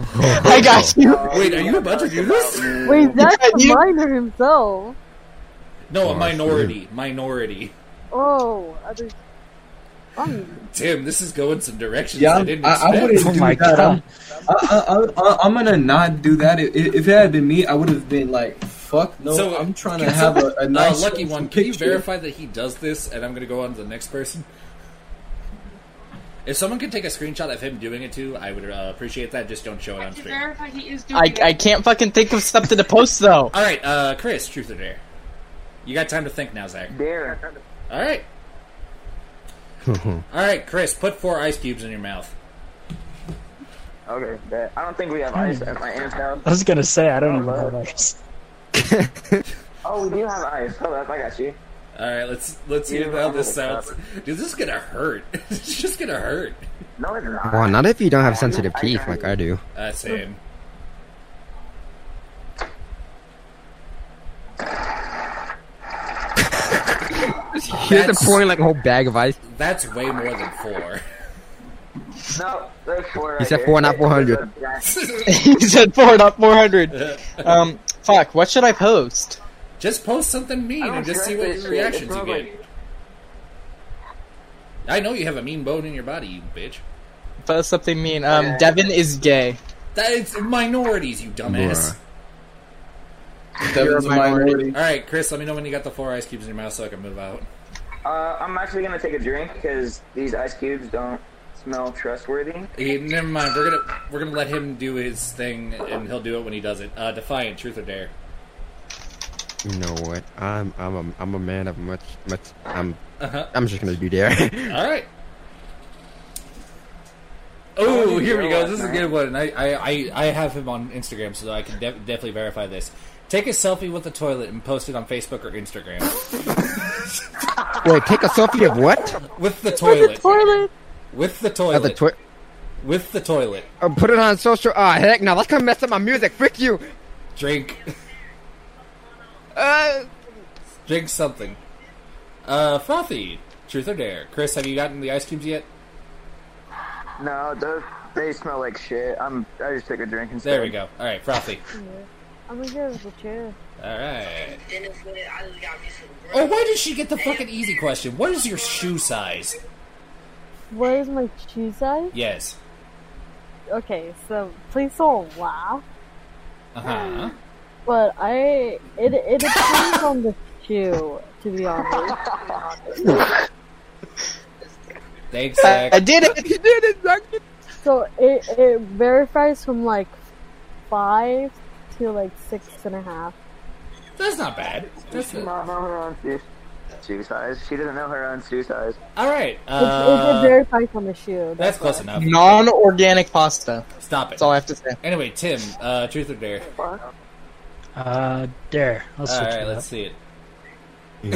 Speaker 2: I got Uh, you.
Speaker 4: Wait, are you about to do this?
Speaker 6: wait, that's the
Speaker 2: You-
Speaker 6: minor himself.
Speaker 4: No,
Speaker 5: Oh,
Speaker 4: a
Speaker 5: I see.
Speaker 4: minority. Minority.
Speaker 6: Oh, I think- Um,
Speaker 4: Tim, this is going some directions
Speaker 1: Yeah,
Speaker 4: I
Speaker 1: I'm-
Speaker 4: didn't
Speaker 1: I, I
Speaker 4: expect.
Speaker 1: wouldn't
Speaker 7: Oh
Speaker 1: do
Speaker 7: my
Speaker 1: that.
Speaker 7: God.
Speaker 1: I'm, I, I, I, I'm gonna not do that. If, if it had been me, I would have been like, "Fuck no!"
Speaker 4: So,
Speaker 1: I'm trying to have a, a
Speaker 4: uh,
Speaker 1: nice
Speaker 4: lucky one,
Speaker 1: picture.
Speaker 4: can you verify that he does this? And I'm going to go on to the next person. If someone could take a screenshot of him doing it too, I would uh, appreciate that. Just don't show it
Speaker 8: I
Speaker 4: on
Speaker 8: can
Speaker 4: stream.
Speaker 8: verify he is doing
Speaker 2: I,
Speaker 8: it.
Speaker 2: I can't fucking think of something to post though.
Speaker 4: All right, uh, Chris, truth or dare? You got time to think now, Zach.
Speaker 3: Dare.
Speaker 4: All right, all right, Chris, put four ice cubes in your mouth.
Speaker 3: Okay, bet. I don't think we have ice at my aunt's house.
Speaker 7: I was gonna say I don't even
Speaker 3: Hello.
Speaker 7: have ice.
Speaker 3: Oh, we do have ice. Hold up, I got you.
Speaker 4: All right, let's let's see
Speaker 3: Yeah,
Speaker 4: how
Speaker 3: I'm
Speaker 4: this
Speaker 3: gonna
Speaker 4: sounds. Dude, this is gonna hurt. it's just gonna hurt.
Speaker 3: No, it's not.
Speaker 5: Well, not if you don't have sensitive teeth like I do.
Speaker 4: Uh, same.
Speaker 5: Here's the pouring like a whole bag of ice.
Speaker 4: That's way more than four.
Speaker 3: No, there's four. Right
Speaker 5: He said
Speaker 3: here.
Speaker 5: four, not
Speaker 3: There's
Speaker 5: 400.
Speaker 3: a giant-
Speaker 2: he said four, not four hundred. Um, fuck. What should I post?
Speaker 4: Just post something mean
Speaker 3: I don't
Speaker 4: and just see
Speaker 3: trust
Speaker 4: what
Speaker 3: this shit.
Speaker 4: reactions
Speaker 3: It's more
Speaker 4: you get. I know you have a mean bone in your body, you bitch.
Speaker 2: Post something mean. Um, Devin is gay.
Speaker 4: That is minorities, you dumbass.
Speaker 1: Devin's
Speaker 2: You're a minority.
Speaker 4: All right, Chris, let me know when you got the four ice cubes in your mouth so I can move out.
Speaker 3: Uh, I'm actually gonna take a drink because these ice cubes don't smell trustworthy.
Speaker 4: Eh, never mind. We're gonna we're gonna let him do his thing, and he'll do it when he does it. Uh, Defiant, truth or dare?
Speaker 5: You know what? I'm I'm a I'm a man of much much. I'm
Speaker 4: Uh-huh.
Speaker 5: I'm just gonna do there.
Speaker 4: All right. Oh,
Speaker 3: did
Speaker 4: here we
Speaker 3: Daryl
Speaker 4: go.
Speaker 3: last
Speaker 4: This is a
Speaker 3: night?
Speaker 4: good one. I, I, I, I have him on Instagram, so I can def- definitely verify this. Take a selfie with the toilet and post it on Facebook or Instagram
Speaker 5: Wait, take a selfie of what?
Speaker 4: with the
Speaker 6: the
Speaker 4: toilet.
Speaker 6: toilet.
Speaker 4: With the
Speaker 5: Of the
Speaker 4: toilet.
Speaker 5: twi-
Speaker 4: with the toilet.
Speaker 5: uh, Put it on social. Ah, heck, now that's gonna mess up my music. Frick you.
Speaker 4: Drink.
Speaker 5: Uh,
Speaker 4: Drink something. Uh, frothy. Truth or dare? Chris, have you gotten the ice cubes yet?
Speaker 3: No, those, they smell like shit. I'm. I just took a drink instead.
Speaker 4: There we go. All right, frothy.
Speaker 6: I'm in here with the chair.
Speaker 4: All right. Oh, why did she get the fucking easy question? What is your shoe size?
Speaker 6: What is my shoe size?
Speaker 4: Yes.
Speaker 6: Okay, so please don't laugh.
Speaker 4: Uh huh.
Speaker 6: But I, it, it depends on the shoe, to be honest.
Speaker 4: Thanks, Zach.
Speaker 2: I did it.
Speaker 5: he did it. Zach.
Speaker 6: So it, it verifies from like five to like six and a half.
Speaker 4: That's not bad. That's
Speaker 3: She not know her own shoe, shoe size. She doesn't know her own shoe size.
Speaker 4: All right.
Speaker 6: It, it, it
Speaker 4: Uh,
Speaker 6: verifies on the shoe.
Speaker 4: that's close enough.
Speaker 2: Non-organic pasta.
Speaker 4: Stop
Speaker 2: That's all
Speaker 4: it.
Speaker 2: I have to say.
Speaker 4: Anyway, Tim, uh, truth or dare?
Speaker 7: Uh, dare. Let's
Speaker 4: All
Speaker 7: switch
Speaker 4: right,
Speaker 7: it
Speaker 4: let's
Speaker 7: up.
Speaker 4: see it.
Speaker 5: Yeah,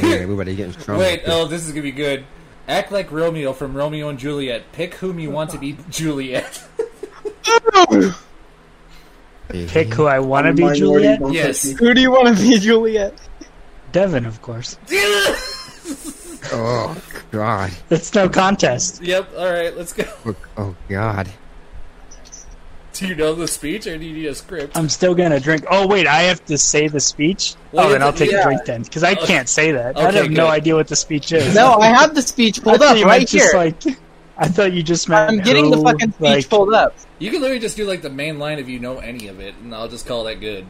Speaker 5: everybody getting strong.
Speaker 4: Wait, oh, this is gonna be good. Act like Romeo from Romeo and Juliet. Pick whom you want to be Juliet.
Speaker 7: Pick who I want to be,
Speaker 1: Minority,
Speaker 7: Juliet.
Speaker 1: don't touch
Speaker 4: Yes.
Speaker 1: me.
Speaker 2: Who do you want to be, Juliet?
Speaker 7: Devin, of course.
Speaker 5: Oh God.
Speaker 7: It's no contest.
Speaker 4: yep. All right, let's go.
Speaker 5: Oh, oh God.
Speaker 4: Do you know the speech, or do you need a script?
Speaker 7: I'm still gonna drink. Oh wait, I have to say the speech.
Speaker 4: Well,
Speaker 7: oh,
Speaker 4: you
Speaker 7: then
Speaker 4: have
Speaker 7: I'll
Speaker 4: to-
Speaker 7: take
Speaker 4: yeah.
Speaker 7: a drink then, because I
Speaker 4: Okay.
Speaker 7: can't say that. I
Speaker 4: Okay,
Speaker 7: have no
Speaker 4: good.
Speaker 7: idea what the speech is.
Speaker 2: No, I have the speech pulled
Speaker 7: thought
Speaker 2: up
Speaker 7: you
Speaker 2: right
Speaker 7: meant just,
Speaker 2: here.
Speaker 7: like, I thought you just meant.
Speaker 2: I'm getting the
Speaker 7: who,
Speaker 2: fucking speech
Speaker 7: like-
Speaker 2: pulled up.
Speaker 4: You can literally just do like the main line if you know any of it, and I'll just call that good.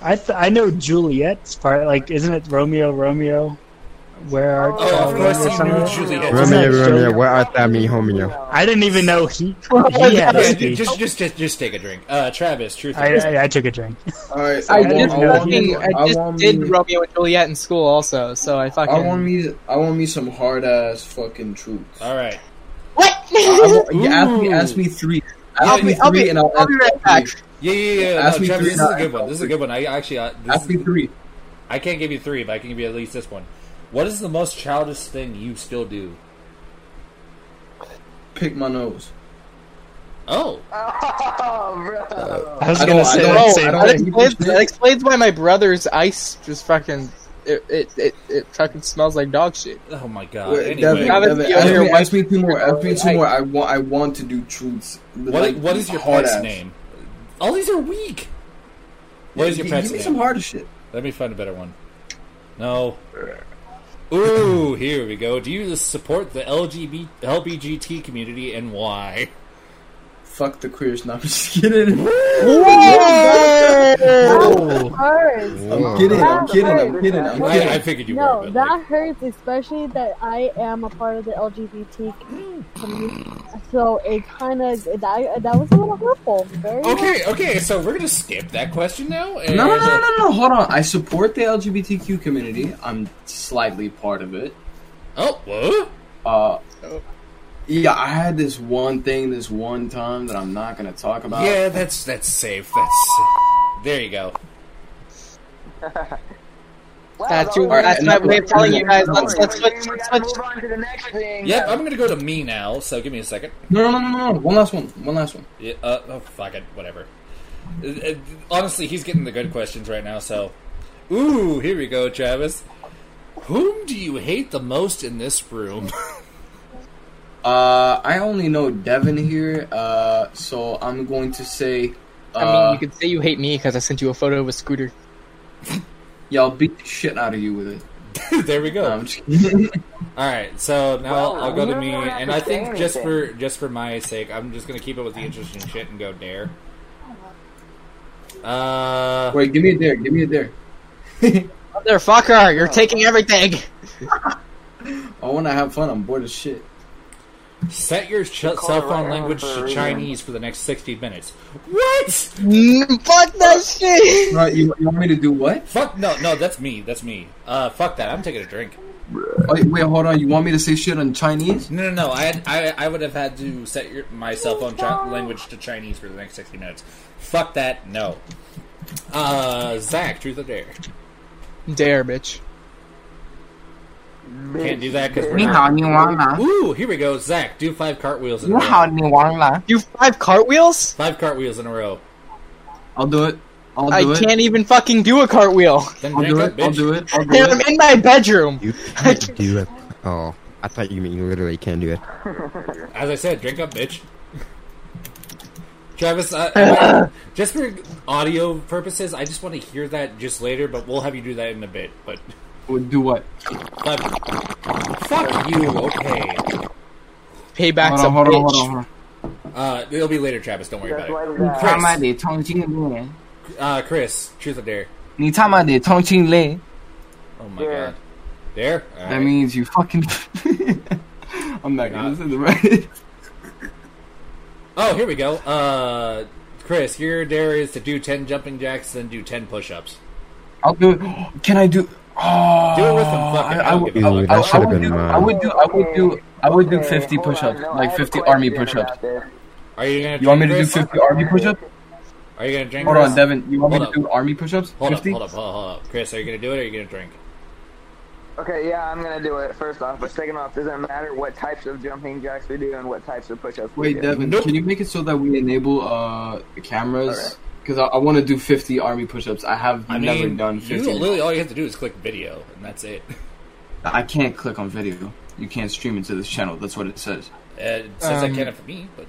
Speaker 7: I th- I know Juliet's part. Like, isn't it Romeo, Romeo? Where are
Speaker 3: Oh,
Speaker 4: Oh, of
Speaker 3: Romeo,
Speaker 4: course
Speaker 7: or
Speaker 4: you
Speaker 7: something?
Speaker 4: knew
Speaker 3: Romeo.
Speaker 4: Juliet.
Speaker 7: Romeo.
Speaker 5: Romeo, Romeo,
Speaker 7: Joe?
Speaker 5: where art thou, me Romeo?
Speaker 7: I didn't even know he he had a
Speaker 4: Yeah, ju-
Speaker 7: speech.
Speaker 4: just, just, just, just take a drink. Uh, Travis, truth. or
Speaker 7: I,
Speaker 4: dare?
Speaker 7: I, I took a drink.
Speaker 1: All right,
Speaker 2: I
Speaker 7: I
Speaker 2: did
Speaker 7: want- I want
Speaker 2: fucking, I just did Romeo and Juliet in school also, so I fucking.
Speaker 1: I want me. I want me some hard ass fucking truths.
Speaker 4: All right.
Speaker 1: I want-
Speaker 4: Ooh.
Speaker 1: you ask me. Ask me three. Ask
Speaker 4: I'll
Speaker 1: me
Speaker 2: be- I'll
Speaker 1: three,
Speaker 2: be-
Speaker 1: and I'll,
Speaker 2: I'll be
Speaker 1: ask
Speaker 2: right
Speaker 1: you
Speaker 2: back.
Speaker 1: three.
Speaker 4: Yeah, yeah, yeah.
Speaker 1: Ask
Speaker 4: No,
Speaker 1: me
Speaker 4: Travis,
Speaker 1: three,
Speaker 4: this is a
Speaker 1: not-
Speaker 4: good one. This is a good one. I actually, uh, this
Speaker 1: Ask me
Speaker 4: is,
Speaker 1: three.
Speaker 4: I can't give you three, but I can give you at least this one. What is the most childish thing you still do?
Speaker 1: Pick my nose.
Speaker 4: Oh,
Speaker 3: Oh, bro.
Speaker 7: I was
Speaker 1: I don't-
Speaker 7: gonna
Speaker 1: I
Speaker 7: say
Speaker 1: don't-
Speaker 7: that
Speaker 1: I
Speaker 7: same
Speaker 1: don't-
Speaker 2: That
Speaker 7: thing.
Speaker 2: explains, that explains why my brother's ice just fucking. It, it, it, it fucking smells like dog shit.
Speaker 4: oh my god.
Speaker 1: Wait, Devin,
Speaker 4: anyway,
Speaker 2: Devin,
Speaker 1: Devin,
Speaker 2: you're
Speaker 1: ask,
Speaker 2: here,
Speaker 1: me,
Speaker 2: why-
Speaker 1: ask me two more. Ask me two
Speaker 2: I-
Speaker 1: more. I want. I want to do truths.
Speaker 4: what,
Speaker 1: like,
Speaker 4: what is your
Speaker 1: hard
Speaker 4: pet's
Speaker 1: ass.
Speaker 4: name? All these are weak. What is your
Speaker 1: Give-
Speaker 4: pet's
Speaker 1: Give me
Speaker 4: name?
Speaker 1: some hard shit.
Speaker 4: Let me find a better one. No. Ooh, here we go. Do you support the LGB, LBGT community and why?
Speaker 1: Fuck the queers. No, I'm just kidding.
Speaker 6: That hurts.
Speaker 5: Oh,
Speaker 1: I'm kidding. I'm kidding. I'm kidding. I'm
Speaker 6: Wow.
Speaker 4: I, I
Speaker 1: kidding.
Speaker 4: figured you
Speaker 6: No,
Speaker 4: were, but
Speaker 6: that
Speaker 4: like,
Speaker 6: hurts, especially that I am a part of the LGBT community. So it kind of that that was a little hurtful. Very
Speaker 4: okay, okay. So we're gonna skip that question now. And, uh,
Speaker 1: No, no, no, no, no. Hold on. I support the LGBTQ community. I'm slightly part of it.
Speaker 4: Oh, whoa.
Speaker 1: Uh, yeah, I had this one thing this one time that I'm not gonna talk about.
Speaker 4: Yeah, that's that's safe. That's there. You go.
Speaker 3: Wow,
Speaker 2: That's your-
Speaker 1: Alright,
Speaker 2: that's my
Speaker 1: enough
Speaker 2: way of
Speaker 1: of-
Speaker 2: telling you guys.
Speaker 1: enough
Speaker 2: Let's
Speaker 1: of-
Speaker 2: let's
Speaker 3: we
Speaker 2: let's
Speaker 3: gotta
Speaker 2: let's. let's
Speaker 3: move on to the next thing.
Speaker 4: Yep, I'm gonna go to me now. So give me a second.
Speaker 1: No, no, no, no, no. One last one. One last one.
Speaker 4: Yeah, uh, oh, fuck it. Whatever. Uh, uh, Honestly, he's getting the good questions right now, so. Ooh, here we go, Travis. Whom do you hate the most in this room?
Speaker 1: Uh, I only know Devin here. Uh, so I'm going to say. Uh,
Speaker 2: I mean, you could say you hate me because I sent you a photo of a scooter.
Speaker 1: yeah, I'll beat the shit out of you with it.
Speaker 4: there we go.
Speaker 1: No, I'm just kidding.
Speaker 4: All right, so now
Speaker 3: Um, Well,
Speaker 4: I'll go
Speaker 3: you
Speaker 4: to me,
Speaker 3: don't have
Speaker 4: and
Speaker 3: to
Speaker 4: I
Speaker 3: say
Speaker 4: think just
Speaker 3: anything.
Speaker 4: for just for my sake, I'm just gonna keep it with the interesting shit and go dare. Uh,
Speaker 1: Wait, give me a dare. Give me a dare.
Speaker 2: Motherfucker, you're taking everything.
Speaker 1: I want to have fun. I'm bored as shit.
Speaker 4: set your ch- cell
Speaker 3: call it right
Speaker 4: phone
Speaker 3: now
Speaker 4: language
Speaker 3: for a
Speaker 4: to
Speaker 3: reason.
Speaker 4: Chinese for the next sixty minutes. What?
Speaker 2: Mm, Fuck that shit.
Speaker 1: Right, you, you want me to do what?
Speaker 4: Fuck no, no, that's me, that's me. Uh, fuck that. I'm taking a drink.
Speaker 1: Oh, wait, hold on. You want me to say shit in Chinese?
Speaker 4: No, no, no. I had, I, I would have had to set your, my cell phone chi- language to Chinese for the next sixty minutes. Fuck that. No. Uh, Zach, truth or dare?
Speaker 2: Dare, bitch.
Speaker 4: Can't do that because we're not.
Speaker 8: 你好，你王狼。
Speaker 4: Ooh, here we go. Zach, do five cartwheels in a row.
Speaker 8: 你好，你王狼。
Speaker 2: You five cartwheels?
Speaker 4: Five cartwheels in a row.
Speaker 1: I'll do it. I'll
Speaker 2: I
Speaker 1: do it.
Speaker 2: can't even fucking do a cartwheel.
Speaker 4: Then
Speaker 1: I'll
Speaker 4: drink
Speaker 1: do
Speaker 4: up,
Speaker 1: it. I'll
Speaker 4: bitch.
Speaker 1: do it. I'll do
Speaker 2: And I'm
Speaker 1: it.
Speaker 2: in my bedroom.
Speaker 5: You can't do it. Oh, I thought you mean you literally can't do it.
Speaker 4: As I said, drink up, bitch. Travis, uh, uh, just for audio purposes, I just want to hear that just later, but we'll have you do that in a bit. But
Speaker 1: Do what?
Speaker 4: five. fuck you. Okay.
Speaker 2: Payback's
Speaker 8: Hold on, hold
Speaker 2: a
Speaker 8: on,
Speaker 2: bitch.
Speaker 8: hold on, hold on.
Speaker 4: Uh, it'll be later, Travis. Don't worry
Speaker 3: Just
Speaker 4: about
Speaker 3: like that.
Speaker 4: Chris.
Speaker 8: 他妈的，重庆嘞！
Speaker 4: it. Uh, Chris, truth or dare?
Speaker 8: 你他妈的重庆嘞！
Speaker 4: Oh my
Speaker 3: Dare.
Speaker 4: god. Dare. All
Speaker 1: That
Speaker 4: right.
Speaker 1: means you fucking. I'm not gonna
Speaker 4: Not-
Speaker 1: say the right.
Speaker 4: oh, here we go. Uh, Chris, your dare is to do ten jumping jacks, then do ten push-ups.
Speaker 1: I'll do it. Can I do? Oh,
Speaker 4: Do it with them,
Speaker 1: I,
Speaker 4: fuck it, I
Speaker 1: I,
Speaker 4: don't
Speaker 1: would-
Speaker 4: give
Speaker 1: I-
Speaker 4: a
Speaker 5: fuck.
Speaker 1: I-
Speaker 5: That
Speaker 1: I
Speaker 5: should've
Speaker 1: would
Speaker 5: been uh,
Speaker 1: do.
Speaker 5: mine.
Speaker 1: I would do. I would do. I would do
Speaker 3: Okay,
Speaker 1: 50
Speaker 3: hold on.
Speaker 1: push-ups,
Speaker 3: No, I
Speaker 1: like
Speaker 3: have a
Speaker 1: 50 army
Speaker 3: question
Speaker 1: push-ups.
Speaker 3: about this.
Speaker 4: Are you gonna?
Speaker 1: You want me
Speaker 4: drink,
Speaker 1: to do
Speaker 4: Chris?
Speaker 1: 50 army push-ups?
Speaker 4: Are you gonna drink?
Speaker 1: Hold
Speaker 4: Chris?
Speaker 1: on, Devin. You want me
Speaker 4: Hold
Speaker 1: to do army push-ups?
Speaker 4: Hold up,
Speaker 1: 50?
Speaker 4: hold up, hold up, hold up. Chris, are you gonna do it or are you gonna drink?
Speaker 3: Okay, yeah, I'm gonna do it first off, but second off, doesn't matter what types of jumping jacks we do and what types of push-ups we
Speaker 1: Wait,
Speaker 3: do.
Speaker 1: Devin.
Speaker 4: Nope.
Speaker 1: Can you make it so that we enable uh the cameras? Because I, I want to do 50 army push-ups. I have
Speaker 4: I
Speaker 1: never
Speaker 4: mean,
Speaker 1: done
Speaker 4: you
Speaker 1: 50.
Speaker 4: literally all you have to do is click video, and that's it.
Speaker 1: I can't click on video. You can't stream into this channel. That's what it says.
Speaker 4: Uh, it says I
Speaker 2: Um,
Speaker 4: can't for me, but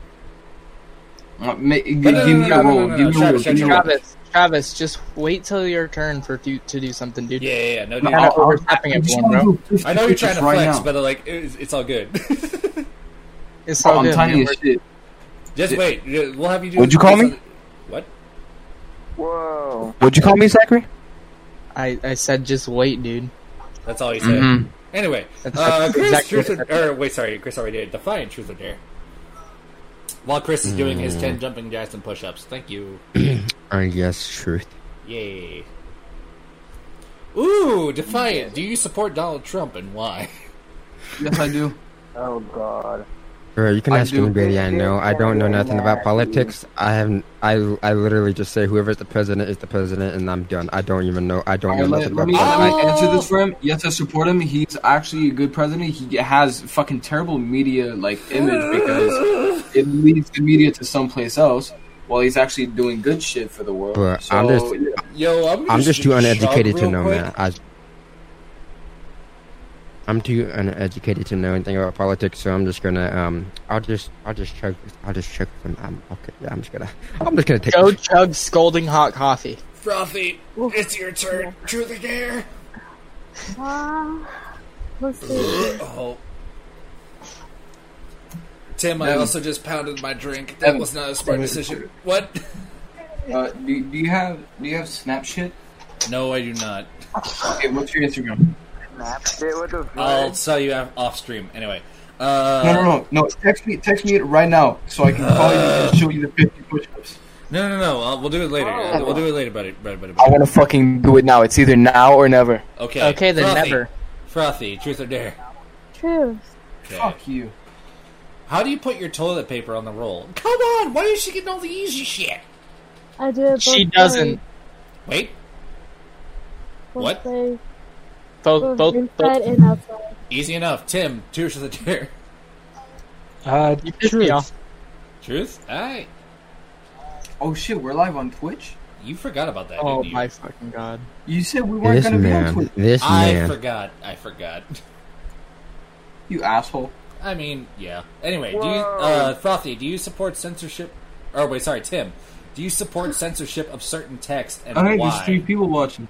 Speaker 1: Uh, ma- give
Speaker 4: no, no,
Speaker 1: give me
Speaker 4: no,
Speaker 1: a
Speaker 4: no, no,
Speaker 1: roll.
Speaker 4: no,
Speaker 1: Give me
Speaker 4: no,
Speaker 1: a roll.
Speaker 4: shut- shut
Speaker 1: Give me
Speaker 4: your
Speaker 1: a roll.
Speaker 4: mouth.
Speaker 2: Travis, Travis, just wait till your turn for to, to do something, dude.
Speaker 4: yeah, yeah, yeah no,
Speaker 1: No,
Speaker 4: dude.
Speaker 2: You're not
Speaker 1: I'll- I'll-
Speaker 2: overstepping
Speaker 1: I just
Speaker 2: everyone,
Speaker 1: wanna
Speaker 2: bro.
Speaker 1: do 50
Speaker 4: I know you're trying
Speaker 1: push-ups
Speaker 4: to
Speaker 1: right
Speaker 4: flex,
Speaker 1: now.
Speaker 4: but like it's, it's all good.
Speaker 2: It's
Speaker 1: Oh,
Speaker 2: all
Speaker 1: I'm
Speaker 2: good,
Speaker 1: tiny
Speaker 2: man.
Speaker 1: as shit.
Speaker 4: Just wait. We'll have you do.
Speaker 5: What'd you call me?
Speaker 4: What?
Speaker 3: Whoa.
Speaker 5: Would you call me Zachary?
Speaker 2: I, I said just wait, dude.
Speaker 4: That's all he said.
Speaker 1: Mm-hmm.
Speaker 5: Mm-hmm.
Speaker 4: Anyway,
Speaker 2: That's
Speaker 4: uh, Chris,
Speaker 2: exactly
Speaker 4: truth or, or wait, sorry, Chris already did. Define truth or dare. While Chris is doing his ten jumping jacks and push-ups, thank you.
Speaker 5: I guess Oh, truth.
Speaker 4: Yay. Ooh, Defiant, do you support Donald Trump and why?
Speaker 1: Yes, I do.
Speaker 3: Oh god.
Speaker 5: Bro, you can
Speaker 1: I
Speaker 5: ask
Speaker 1: do.
Speaker 5: anybody I know. I don't know nothing about politics. I have I I literally just say whoever's the president is the president, and I'm done. I don't even know. I don't know
Speaker 1: Alright,
Speaker 5: nothing
Speaker 1: let, let
Speaker 5: about
Speaker 1: me
Speaker 5: politics.
Speaker 8: Oh.
Speaker 1: let me answer this for him. Yes, I support him. He's actually a good president. He has fucking terrible media like image because it leads the media to someplace else. While he's actually doing good shit for the world.
Speaker 5: But
Speaker 1: so,
Speaker 5: I'm just-
Speaker 1: yeah.
Speaker 4: Yo, I'm just,
Speaker 5: I'm just too
Speaker 4: gonna
Speaker 5: uneducated
Speaker 4: shrug
Speaker 5: to
Speaker 4: real
Speaker 5: know,
Speaker 4: quick.
Speaker 5: man. I, I'm too uneducated to know anything about politics, so I'm just gonna um, I'll just I'll just choke I'll just choke them. I'm okay. Yeah, I'm just gonna I'm just gonna take.
Speaker 2: Go
Speaker 5: this.
Speaker 2: chug scalding hot coffee.
Speaker 4: Frothy, it's your turn. Truth or dare?
Speaker 6: Uh, Let's see.
Speaker 4: Oh. Tim, I
Speaker 1: Devin.
Speaker 4: also just pounded my drink. That
Speaker 1: Devin.
Speaker 4: was not a smart decision. What?
Speaker 1: Uh, do, do you have do you have Snapchat?
Speaker 4: No, I do not.
Speaker 1: Okay, what's your Instagram?
Speaker 3: Snapchat
Speaker 4: Uh,
Speaker 3: with the
Speaker 4: I'll
Speaker 3: vibes.
Speaker 4: tell you af- off stream. Anyway. Uh,
Speaker 1: No, no, no, no. Text me, text me it right now, so I can
Speaker 8: Uh,
Speaker 1: call you and show you the 50 push-ups.
Speaker 4: no, no, no, I'll, we'll do it later. Uh, We'll do it later, buddy. buddy, buddy,
Speaker 8: I
Speaker 4: buddy.
Speaker 8: want to fucking do it now. It's either now or never.
Speaker 4: Okay.
Speaker 2: Okay, then
Speaker 4: Frothy.
Speaker 2: never.
Speaker 4: Frothy, truth or dare.
Speaker 6: Truth.
Speaker 4: Okay.
Speaker 1: Fuck you.
Speaker 4: How do you put your toilet paper on the roll? Come on, why is she getting all the easy shit?
Speaker 6: I do it both
Speaker 2: She
Speaker 6: ways.
Speaker 2: doesn't.
Speaker 4: Wait,
Speaker 6: Both
Speaker 4: What?
Speaker 6: ways.
Speaker 2: Both,
Speaker 6: Both
Speaker 2: both,
Speaker 6: inside
Speaker 2: both.
Speaker 6: and outside.
Speaker 4: easy enough. Tim, truth or dare?
Speaker 7: Uh,
Speaker 2: You pissed me off.
Speaker 4: Truth? Alright.
Speaker 1: Oh shit, we're live on Twitch.
Speaker 4: You forgot about that,
Speaker 2: Oh
Speaker 4: didn't you?
Speaker 2: my fucking god.
Speaker 1: You said we weren't
Speaker 5: This
Speaker 1: gonna be on
Speaker 5: man,
Speaker 1: Twitch.
Speaker 5: this
Speaker 4: I
Speaker 5: man.
Speaker 4: forgot. I forgot.
Speaker 1: You asshole.
Speaker 4: I mean, yeah. Anyway, do you,
Speaker 3: Whoa.
Speaker 4: uh, Frothy, do you support censorship? Or wait, sorry, Tim. Do you support censorship of certain text and
Speaker 1: I think there's
Speaker 4: why?
Speaker 1: three people watching.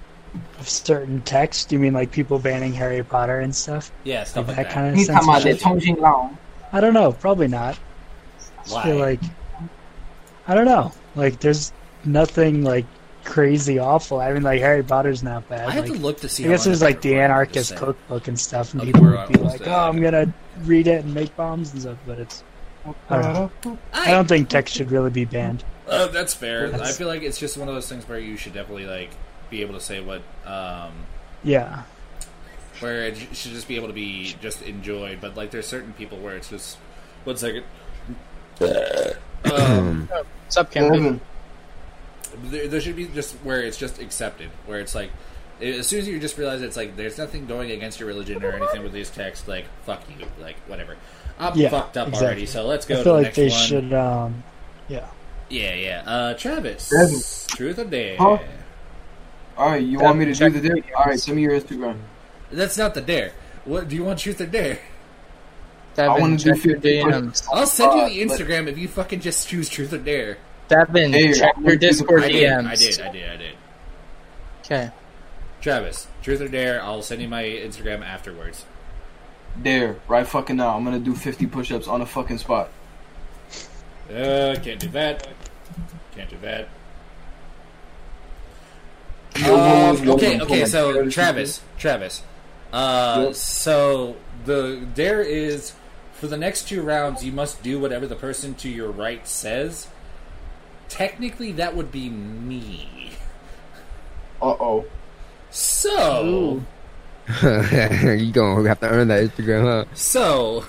Speaker 7: of certain text. You mean like people banning Harry Potter and stuff?
Speaker 4: yeah, stuff like
Speaker 7: That,
Speaker 4: that.
Speaker 7: kind of
Speaker 8: He's talking about the
Speaker 7: censorship.
Speaker 8: Tong Jing Lao.
Speaker 7: I don't know. Probably not. I
Speaker 4: Why?
Speaker 7: feel like I don't know. Like there's nothing like crazy awful. I mean, like Harry Potter's not bad.
Speaker 4: I had to
Speaker 7: like,
Speaker 4: look to see.
Speaker 7: I guess
Speaker 4: how long
Speaker 7: there's like the
Speaker 4: were, I'm
Speaker 7: anarchist
Speaker 4: just saying.
Speaker 7: cookbook and stuff, and
Speaker 4: Of
Speaker 7: people
Speaker 4: where
Speaker 7: would
Speaker 4: I
Speaker 7: be
Speaker 4: was
Speaker 7: like,
Speaker 4: at.
Speaker 7: "Oh, I'm gonna read it and make bombs and stuff." But it's I don't know. I don't think text should really be banned.
Speaker 4: Uh, that's fair. I
Speaker 7: That's-
Speaker 4: feel like it's just one of those things where you should definitely like be able to say what, um,
Speaker 7: Yeah,
Speaker 4: where it j- should just be able to be just enjoyed. But like, there's certain people where it's just one second. um,
Speaker 2: What's up, Cameron?
Speaker 4: there, there should be just where it's just accepted, where it's like. As soon as you just realize it's like there's nothing going against your religion or anything with these texts, like fuck you, like whatever. I'm
Speaker 7: Yeah,
Speaker 4: fucked up
Speaker 7: exactly.
Speaker 4: already, so let's go
Speaker 7: I
Speaker 4: to
Speaker 7: feel
Speaker 4: the
Speaker 7: like
Speaker 4: next
Speaker 7: they
Speaker 4: one.
Speaker 7: should. Um, yeah,
Speaker 4: Yeah, yeah. Uh, Travis,
Speaker 1: Devin.
Speaker 4: truth or dare?
Speaker 1: Huh? All right, you want me to do the dare? All right, send me your Instagram.
Speaker 4: That's not the dare. What do you want? Truth or dare?
Speaker 1: I
Speaker 2: Devin,
Speaker 1: want to do
Speaker 2: check your
Speaker 1: 50
Speaker 2: DMs.
Speaker 1: push-ups.
Speaker 4: I'll send
Speaker 1: Uh,
Speaker 4: you the
Speaker 1: but-
Speaker 4: Instagram if you fucking just choose truth or dare.
Speaker 2: Devin,
Speaker 1: Hey,
Speaker 2: check
Speaker 1: I wanna
Speaker 2: your
Speaker 1: do the
Speaker 2: Discord
Speaker 4: I
Speaker 1: Or
Speaker 4: did,
Speaker 2: DMs.
Speaker 4: I did, I did, I did.
Speaker 2: Okay.
Speaker 4: Travis, truth or dare? I'll send you my Instagram afterwards.
Speaker 1: Dare, right fucking now. I'm gonna do 50 push-ups on the fucking spot.
Speaker 4: Uh, can't do that. Can't do that. Um, okay, okay. So Travis, Travis. Uh,
Speaker 1: Yep.
Speaker 4: so the dare is for the next two rounds, you must do whatever the person to your right says. Technically, that would be me.
Speaker 1: Uh oh.
Speaker 4: So.
Speaker 5: you gonna have to earn that Instagram, huh?
Speaker 4: So,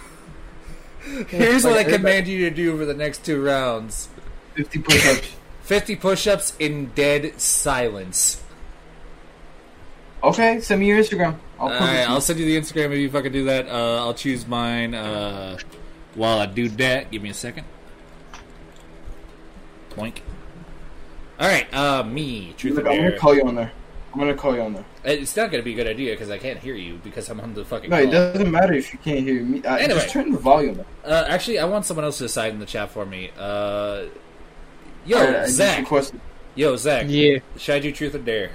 Speaker 4: here's what I
Speaker 2: like
Speaker 4: command you to do for the next two rounds
Speaker 1: 50 push-ups.
Speaker 4: 50 push ups in dead silence.
Speaker 1: okay, send me your Instagram. I'll put
Speaker 4: Alright,
Speaker 1: it to
Speaker 4: I'll
Speaker 1: you.
Speaker 4: send you the Instagram if you fucking do that. Uh, I'll choose mine uh, while I do that. Give me a second. Boink. Alright, uh, me. Truth or
Speaker 1: Look, I'm gonna
Speaker 4: dare. Uh,
Speaker 1: call you on there. I'm gonna call you on there.
Speaker 4: It's not gonna be a good idea because I can't hear you because I'm on the fucking
Speaker 1: No, it
Speaker 4: call.
Speaker 1: doesn't matter if you can't hear me. Uh,
Speaker 4: Anyway.
Speaker 1: Just turn the volume up.
Speaker 4: Uh, actually, I want someone else to decide in the chat for me. Uh, yo,
Speaker 1: All right, I just
Speaker 4: Zach.
Speaker 1: requested-
Speaker 4: Yo, Zach.
Speaker 2: Yeah,
Speaker 4: Should I do truth or dare?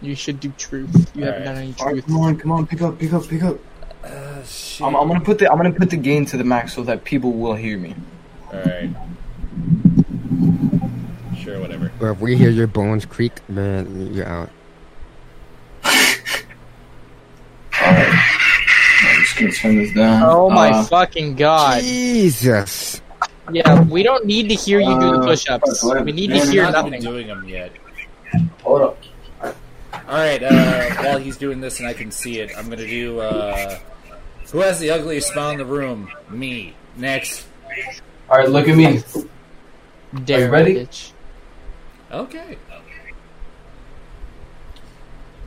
Speaker 2: you should do truth. You
Speaker 4: All
Speaker 2: haven't
Speaker 4: right.
Speaker 2: done any
Speaker 1: All right,
Speaker 2: truth.
Speaker 1: come on, come on, pick up, pick up, pick up.
Speaker 4: Uh,
Speaker 1: Oh,
Speaker 4: shit.
Speaker 1: I'm, I'm gonna put the I'm gonna put the gain to the max so that people will hear me.
Speaker 4: Alright. Sure, whatever.
Speaker 5: Or if we hear your bones creak, man, you're out.
Speaker 1: I'm just gonna turn this down.
Speaker 2: Oh my
Speaker 1: Uh,
Speaker 2: fucking god.
Speaker 5: Jesus.
Speaker 2: Yeah, we don't need to hear you do the
Speaker 1: Uh,
Speaker 2: push-ups.
Speaker 1: fuck, what?
Speaker 2: We need
Speaker 1: Yeah,
Speaker 2: to
Speaker 1: we're
Speaker 2: hear
Speaker 4: not
Speaker 2: nothing.
Speaker 4: even doing them yet.
Speaker 1: Hold up.
Speaker 4: Alright, uh, while he's doing this and I can see it, I'm gonna do, uh... Who has the ugliest smile in the room? Me. Next.
Speaker 1: All right, look at me.
Speaker 2: Dare,
Speaker 1: ready?
Speaker 2: bitch.
Speaker 4: Okay.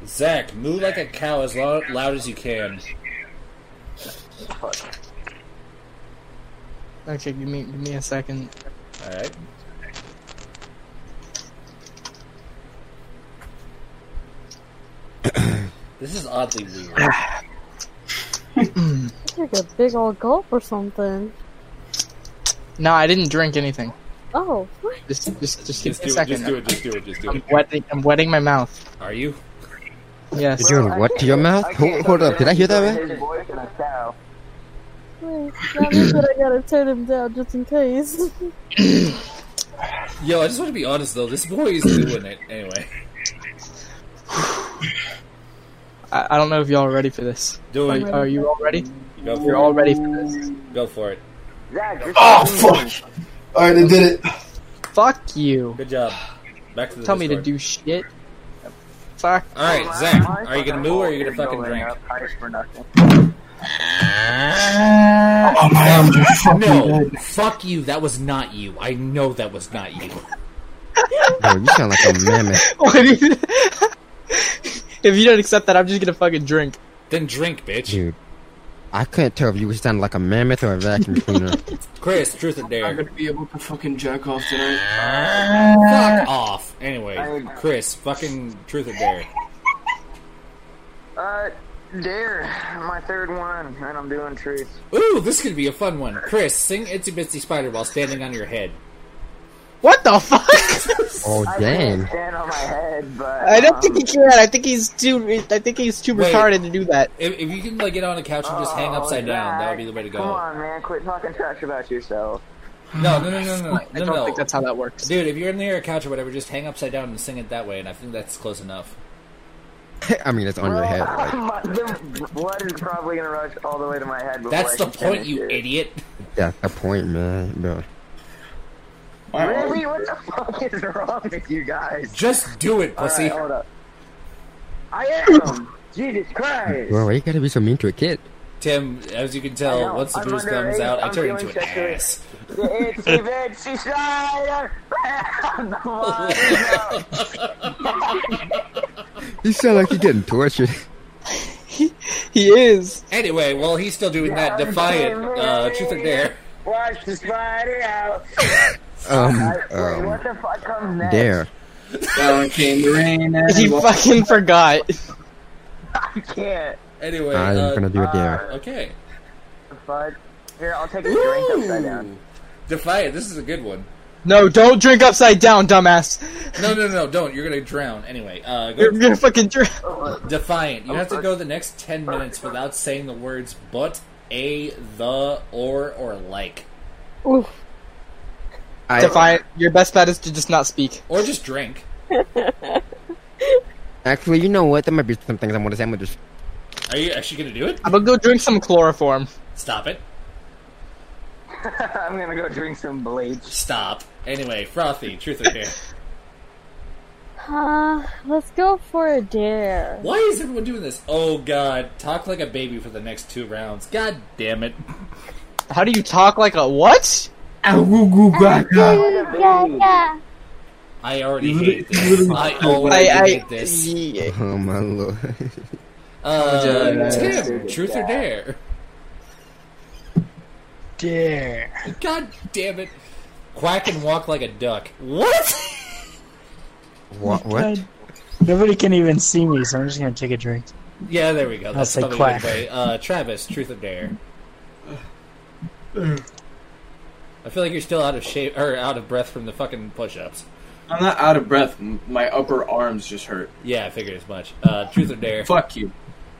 Speaker 4: Zach, moo like a cow as lo- loud as you can.
Speaker 2: Okay, give me give me a second.
Speaker 4: Alright. this is oddly weird.
Speaker 6: Like a big old gulp or something.
Speaker 2: No, I didn't drink anything.
Speaker 6: Oh, what?
Speaker 2: Just just just give
Speaker 4: Just
Speaker 2: me a
Speaker 4: do it,
Speaker 2: second.
Speaker 4: just do it, just do it, just do
Speaker 2: I'm
Speaker 4: it.
Speaker 2: wetting I'm wetting my mouth.
Speaker 4: Are you?
Speaker 2: Yes.
Speaker 5: You're doing what to your mouth? Hold, hold up, did I hear that right?
Speaker 3: His voice and a cow.
Speaker 6: Wait, that means that I gotta turn him down just in case.
Speaker 4: Yo, I just want to be honest though. This boy is doing it anyway.
Speaker 2: I, I don't know if y'all are ready for this.
Speaker 4: Do
Speaker 2: Are,
Speaker 4: it.
Speaker 2: are you all ready?
Speaker 4: Go for
Speaker 2: You're
Speaker 4: it.
Speaker 2: all ready for this.
Speaker 4: Go for it.
Speaker 3: Zach, you're
Speaker 1: Oh,
Speaker 3: fucking-
Speaker 1: All right, I did it.
Speaker 2: Fuck you.
Speaker 4: Good job. Back to the
Speaker 2: Tell me to
Speaker 4: Discord.
Speaker 2: do shit. Fuck.
Speaker 4: All right, Zach. Are you gonna moo or are you gonna fucking
Speaker 3: Going
Speaker 4: drink?
Speaker 3: up high for nothing.
Speaker 1: Oh, my arms are fucking
Speaker 4: No,
Speaker 1: dead.
Speaker 4: fuck you. That was not you. I know that was not you.
Speaker 5: Bro, you sound like a mammoth.
Speaker 2: What do you- if you don't accept that, I'm just gonna fucking drink.
Speaker 4: Then drink, bitch.
Speaker 5: Dude, I couldn't tell if you were sounding like a mammoth or a vacuum cleaner.
Speaker 4: Chris, truth or
Speaker 1: I'm
Speaker 4: dare.
Speaker 1: gonna be able to fucking jack off tonight.
Speaker 4: Fuck off. Anyway, Chris, fucking truth or dare.
Speaker 3: Uh, dare my third one, and I'm doing truth.
Speaker 4: Ooh, this could be a fun one. Chris, sing Itsy Bitsy Spider while standing on your head.
Speaker 2: What the fuck?
Speaker 5: Oh,
Speaker 3: I
Speaker 5: damn.
Speaker 3: can't stand on my head, but
Speaker 2: I don't
Speaker 3: um,
Speaker 2: think he can. I think he's too. I think he's too
Speaker 4: Wait.
Speaker 2: retarded to do that.
Speaker 4: If, if you can like get on a couch and just hang
Speaker 3: oh,
Speaker 4: upside down, that
Speaker 3: Zach,
Speaker 4: would be the way to go.
Speaker 3: Come on, man, quit talking trash about yourself.
Speaker 4: No, no, no, no, no,
Speaker 2: I
Speaker 4: no,
Speaker 2: don't
Speaker 4: no.
Speaker 2: think that's how that works.
Speaker 4: Dude, if you're near a couch or whatever, just hang upside down and sing it that way, and I think that's close enough.
Speaker 5: I mean, it's on your head. Like,
Speaker 3: My- the blood is probably gonna rush all the way to my head. Before
Speaker 4: That's
Speaker 3: I
Speaker 4: the
Speaker 3: can
Speaker 4: point,
Speaker 3: finish
Speaker 4: you
Speaker 3: it.
Speaker 4: idiot.
Speaker 5: that's the point, man. Bro.
Speaker 1: My arms-
Speaker 3: Really, what the fuck is wrong with you guys?
Speaker 4: Just do it,
Speaker 3: All
Speaker 4: pussy.
Speaker 3: right, hold up. I am. Jesus Christ.
Speaker 5: Bro, why you gotta be so mean to a kid?
Speaker 4: Tim, as you can
Speaker 3: I
Speaker 4: tell,
Speaker 3: know.
Speaker 4: once the
Speaker 3: I'm
Speaker 4: booze comes
Speaker 3: underage.
Speaker 4: out, I
Speaker 3: I'm
Speaker 4: turn
Speaker 3: feeling
Speaker 4: into an
Speaker 3: sexually-
Speaker 4: ass.
Speaker 3: It's the Vinci Snyder. Come on, no.
Speaker 5: You sound like you're getting tortured.
Speaker 2: He is.
Speaker 4: Anyway, while he's still doing that, defiant uh, truth or dare.
Speaker 3: Watch the spider out.
Speaker 5: Um,
Speaker 3: Wait,
Speaker 5: um,
Speaker 3: what the fuck comes next?
Speaker 5: dare.
Speaker 1: Down came the rain and
Speaker 2: He fucking forgot.
Speaker 3: I can't.
Speaker 4: Anyway,
Speaker 5: I'm
Speaker 4: uh,
Speaker 5: gonna do a dare.
Speaker 4: okay.
Speaker 3: Fuck. Here, I'll take a drink upside down.
Speaker 4: Ooh. Defiant, this is a good one.
Speaker 2: No, don't drink upside down, dumbass.
Speaker 4: No, no, no, don't. You're gonna drown. Anyway, uh, go
Speaker 2: You're gonna fucking drink.
Speaker 4: Defiant. You have to go the next ten minutes without saying the words but, a, the, or, or like.
Speaker 6: Oof.
Speaker 5: I
Speaker 2: Defiant. Your best bet is to just not speak.
Speaker 4: Or just drink.
Speaker 5: actually, you know what? There might be some things I want to say. I'm gonna just
Speaker 4: Are you actually gonna do it?
Speaker 2: I'm gonna go drink some chloroform.
Speaker 4: Stop it.
Speaker 3: I'm gonna go drink some bleach.
Speaker 4: Stop. Anyway, frothy, truth or dare.
Speaker 6: Uh, let's go for a dare.
Speaker 4: Why is everyone doing this? Oh god, talk like a baby for the next two rounds. God damn it.
Speaker 2: How do you talk like a what?
Speaker 4: I already
Speaker 1: You
Speaker 4: hate
Speaker 1: literally-
Speaker 4: this.
Speaker 1: you
Speaker 4: I
Speaker 2: I,
Speaker 4: already
Speaker 2: I,
Speaker 4: hate this.
Speaker 5: Oh my lord.
Speaker 4: Uh,
Speaker 2: Oh, Yeah.
Speaker 4: Tim, truth or dare?
Speaker 7: Dare.
Speaker 4: God damn it. Quack and walk like a duck. What?
Speaker 5: What? What?
Speaker 7: God. Nobody can even see me, so I'm just gonna take a drink.
Speaker 4: Yeah, there we go. That's
Speaker 7: say
Speaker 4: probably a good
Speaker 7: quack.
Speaker 4: way. Uh, Travis, truth or dare? I feel like you're still out of shape or out of breath from the fucking push-ups.
Speaker 1: I'm not out of breath. M- My upper arms just hurt.
Speaker 4: Yeah, I figured as much. Uh, truth or dare?
Speaker 1: Fuck you.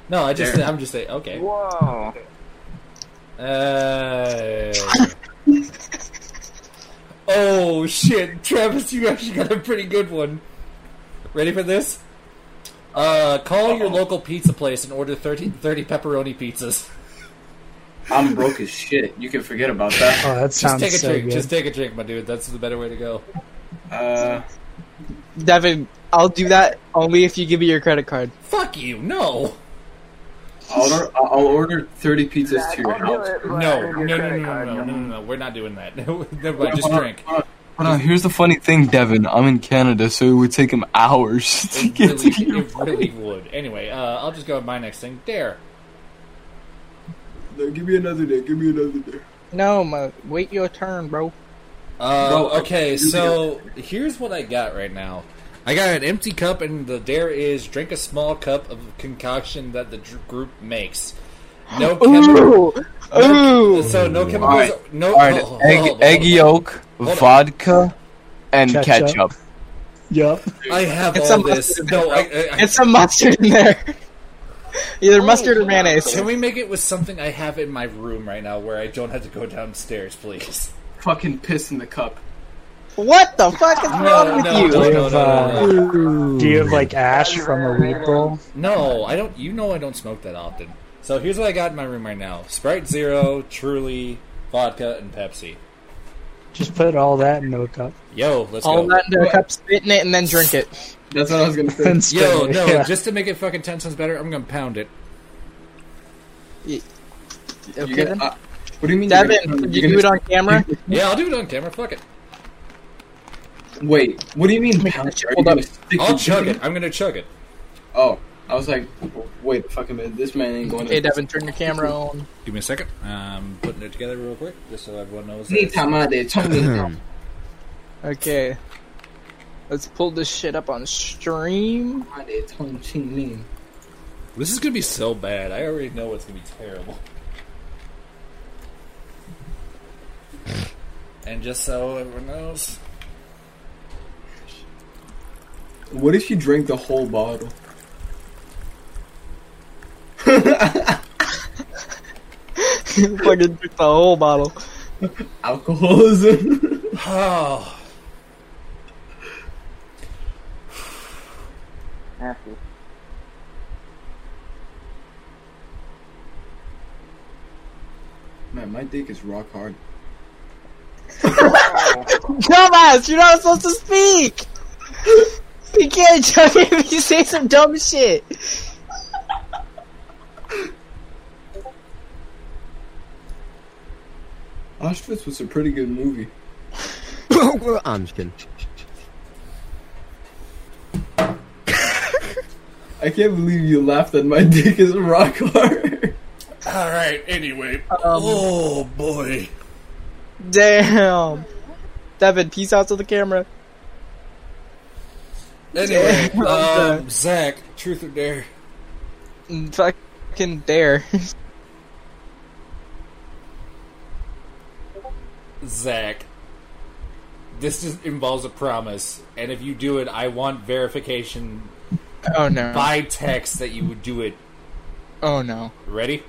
Speaker 4: No, I just
Speaker 1: Dare.
Speaker 4: I'm just saying. Okay.
Speaker 3: Whoa.
Speaker 4: Uh... oh shit, Travis, you actually got a pretty good one. Ready for this? Uh, call your local pizza place and order 30, 30 pepperoni pizzas.
Speaker 1: I'm broke as shit. You can forget about that.
Speaker 7: Oh, that
Speaker 4: Just
Speaker 7: sounds
Speaker 4: take a
Speaker 7: so
Speaker 4: drink.
Speaker 7: good.
Speaker 4: Just take a drink, my dude. That's the better way to go.
Speaker 1: Uh,
Speaker 2: Devin, I'll do that only if you give me your credit card.
Speaker 4: Fuck you. No.
Speaker 1: I'll order, I'll order 30 pizzas to your
Speaker 3: I'll do
Speaker 1: house.
Speaker 3: it, but
Speaker 4: No.
Speaker 3: I
Speaker 4: No.
Speaker 3: need your
Speaker 4: No. No. No.
Speaker 3: credit
Speaker 4: No.
Speaker 3: card.
Speaker 4: No. No. no. We're not doing that. Never mind. Just
Speaker 1: Hold on,
Speaker 4: drink.
Speaker 1: hold on, hold on. here's the funny thing, Devin. I'm in Canada, so it would take him hours to
Speaker 4: It
Speaker 1: get to
Speaker 4: really,
Speaker 1: your
Speaker 4: it really would. Anyway, uh, I'll just go with my next thing. Dare.
Speaker 1: No, give me another day. Give me another day.
Speaker 2: No, my, wait your turn, bro.
Speaker 4: Uh,
Speaker 1: Bro,
Speaker 4: okay,
Speaker 1: you-
Speaker 4: so here's what I got right now. I got an empty cup, and the dare is drink a small cup of concoction that the dr- group makes. No chemicals.
Speaker 2: Ooh, ooh.
Speaker 4: So no chemicals.
Speaker 1: Alright,
Speaker 4: No.
Speaker 1: All right,
Speaker 4: hold on,
Speaker 1: egg,
Speaker 4: hold on.
Speaker 1: egg yolk,
Speaker 4: on.
Speaker 1: vodka, and
Speaker 7: Ketchup.
Speaker 1: ketchup.
Speaker 7: Yep.
Speaker 4: I have
Speaker 2: It's
Speaker 4: all
Speaker 2: a
Speaker 4: this. No, I, I, I-
Speaker 2: It's some mustard in there. Either mustard or mayonnaise.
Speaker 4: can we make it with something I have in my room right now where I don't have to go downstairs, please?
Speaker 1: Fucking piss in the cup.
Speaker 2: What the fuck is wrong with
Speaker 4: no,
Speaker 2: you?
Speaker 4: no, no, no, no, no.
Speaker 7: Do you have like ash from a weed bowl?
Speaker 4: No, I don't. You know I don't smoke that often. So here's what I got in my room right now: Sprite Zero, Truly, vodka, and Pepsi.
Speaker 7: Just put all that into a cup.
Speaker 4: Yo, let's
Speaker 2: All
Speaker 4: go.
Speaker 2: that into a cup, spit in it, and then drink it.
Speaker 1: That's what I was gonna say.
Speaker 7: And spin
Speaker 4: Yo,
Speaker 7: it,
Speaker 4: no,
Speaker 7: yeah.
Speaker 4: just to make it fucking ten times better, I'm gonna pound it.
Speaker 1: You
Speaker 2: Okay,
Speaker 1: get-
Speaker 2: then.
Speaker 1: uh, what do you mean? you're
Speaker 2: Devin,
Speaker 1: gonna-
Speaker 2: did
Speaker 1: you're
Speaker 2: you do it
Speaker 1: gonna-
Speaker 2: on camera?
Speaker 4: Yeah, I'll do it on camera. Fuck it.
Speaker 1: Wait, what do you mean? pound it? Are you
Speaker 2: Hold
Speaker 1: gonna
Speaker 2: up.
Speaker 1: stick
Speaker 4: I'll
Speaker 1: your
Speaker 4: chug
Speaker 1: dick
Speaker 4: it.
Speaker 1: in
Speaker 4: I'm gonna chug it.
Speaker 1: Oh, I was like, wait a fucking minute. This man ain't going
Speaker 2: Hey,
Speaker 1: to.
Speaker 2: Devin, turn your camera on.
Speaker 4: Give me a second. I'm putting it together real quick, just so everyone knows. that it's-
Speaker 1: Anytime I did, tell me now.
Speaker 2: Okay. Let's pull this shit up on stream.
Speaker 1: I did, tell me, ching, ling.
Speaker 4: This is gonna be so bad. I already know it's gonna be terrible. and just so everyone knows,
Speaker 1: What if you drink the whole bottle?
Speaker 2: Fucking drink the whole bottle.
Speaker 1: Alcoholism.
Speaker 4: oh,
Speaker 3: Nasty.
Speaker 1: man, my dick is rock hard.
Speaker 2: Dumbass, you're not supposed to speak! You can't chug it if you say some dumb shit!
Speaker 1: Auschwitz was a pretty good movie.
Speaker 5: I'm just kidding.
Speaker 1: I can't believe you laughed at my dick is rock hard.
Speaker 4: all right. Anyway, oh boy.
Speaker 2: Damn. Devin, peace out to the camera.
Speaker 4: Anyway,
Speaker 2: Okay.
Speaker 4: um, Zach, truth or dare?
Speaker 2: Mm, Fucking dare.
Speaker 4: Zach, this just involves a promise, and if you do it, I want verification
Speaker 2: Oh no.
Speaker 4: by text that you would do it.
Speaker 2: Oh no.
Speaker 4: Ready?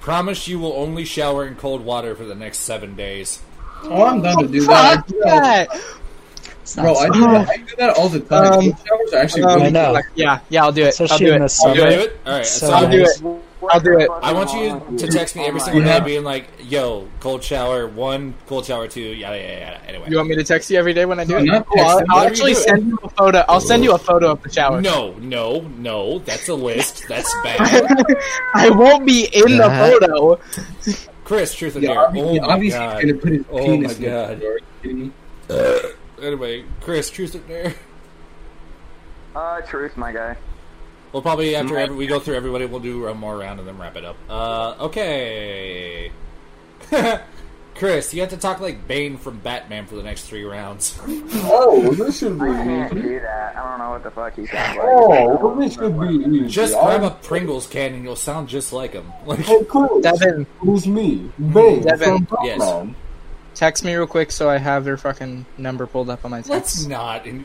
Speaker 4: Promise you will only shower in cold water for the next seven days.
Speaker 1: Oh, I'm down to do that.
Speaker 2: Fuck that!
Speaker 7: It's not
Speaker 1: Bro, I do,
Speaker 7: so bad.
Speaker 1: that. I do that all the time.
Speaker 2: Um,
Speaker 1: Cold showers are actually
Speaker 2: um,
Speaker 7: I
Speaker 1: really
Speaker 7: know.
Speaker 2: Fuck, Yeah, yeah, I'll do it. I'll
Speaker 7: Especially
Speaker 2: do
Speaker 7: in the
Speaker 2: it. I'll
Speaker 4: You
Speaker 2: do
Speaker 7: summer.
Speaker 2: it.
Speaker 4: do it? All right. So
Speaker 7: So-
Speaker 2: I'll do it. I'll do it.
Speaker 4: I want you to text me every single day, being like, "Yo, cold shower one, cold shower two, yada yada yada." Anyway,
Speaker 2: You want me to text you every day when I do
Speaker 1: No,
Speaker 2: it?
Speaker 1: not
Speaker 2: Cool, I'll,
Speaker 1: text.
Speaker 2: I'll
Speaker 4: Whatever
Speaker 2: actually
Speaker 4: you do.
Speaker 2: send you a photo. I'll send you a photo of the shower.
Speaker 4: no, no, no. That's a list. That's bad.
Speaker 2: I won't be in the
Speaker 5: That-
Speaker 2: photo.
Speaker 4: Chris, truth or
Speaker 1: Yeah,
Speaker 4: dare?
Speaker 1: obvi-
Speaker 4: Oh
Speaker 1: yeah,
Speaker 4: my
Speaker 1: obviously he's gonna
Speaker 4: god.
Speaker 1: put his
Speaker 4: Oh
Speaker 1: penis
Speaker 4: my
Speaker 1: in the
Speaker 4: God.
Speaker 1: door. Are you kidding me?
Speaker 4: Anyway, Chris, truth or dare?
Speaker 3: Uh, truth, my guy.
Speaker 4: Well, probably after every, we go through everybody, we'll do one more round and then wrap it up. Uh, okay. Chris, you have to talk like Bane from Batman for the next three rounds.
Speaker 1: Oh, this should be
Speaker 3: I can't
Speaker 1: easy.
Speaker 3: do that. I don't know what the fuck he sounds like.
Speaker 1: Oh, this should be easy.
Speaker 4: Just
Speaker 1: I-
Speaker 4: grab a Pringles can and you'll sound just like him. Like,
Speaker 1: Hey, Chris,
Speaker 2: Devin,
Speaker 1: who's me? Bane
Speaker 2: Devin.
Speaker 1: from
Speaker 4: Yes.
Speaker 1: Batman.
Speaker 2: text me real quick so I have your fucking number pulled up on my
Speaker 4: let's
Speaker 2: text.
Speaker 4: not. And,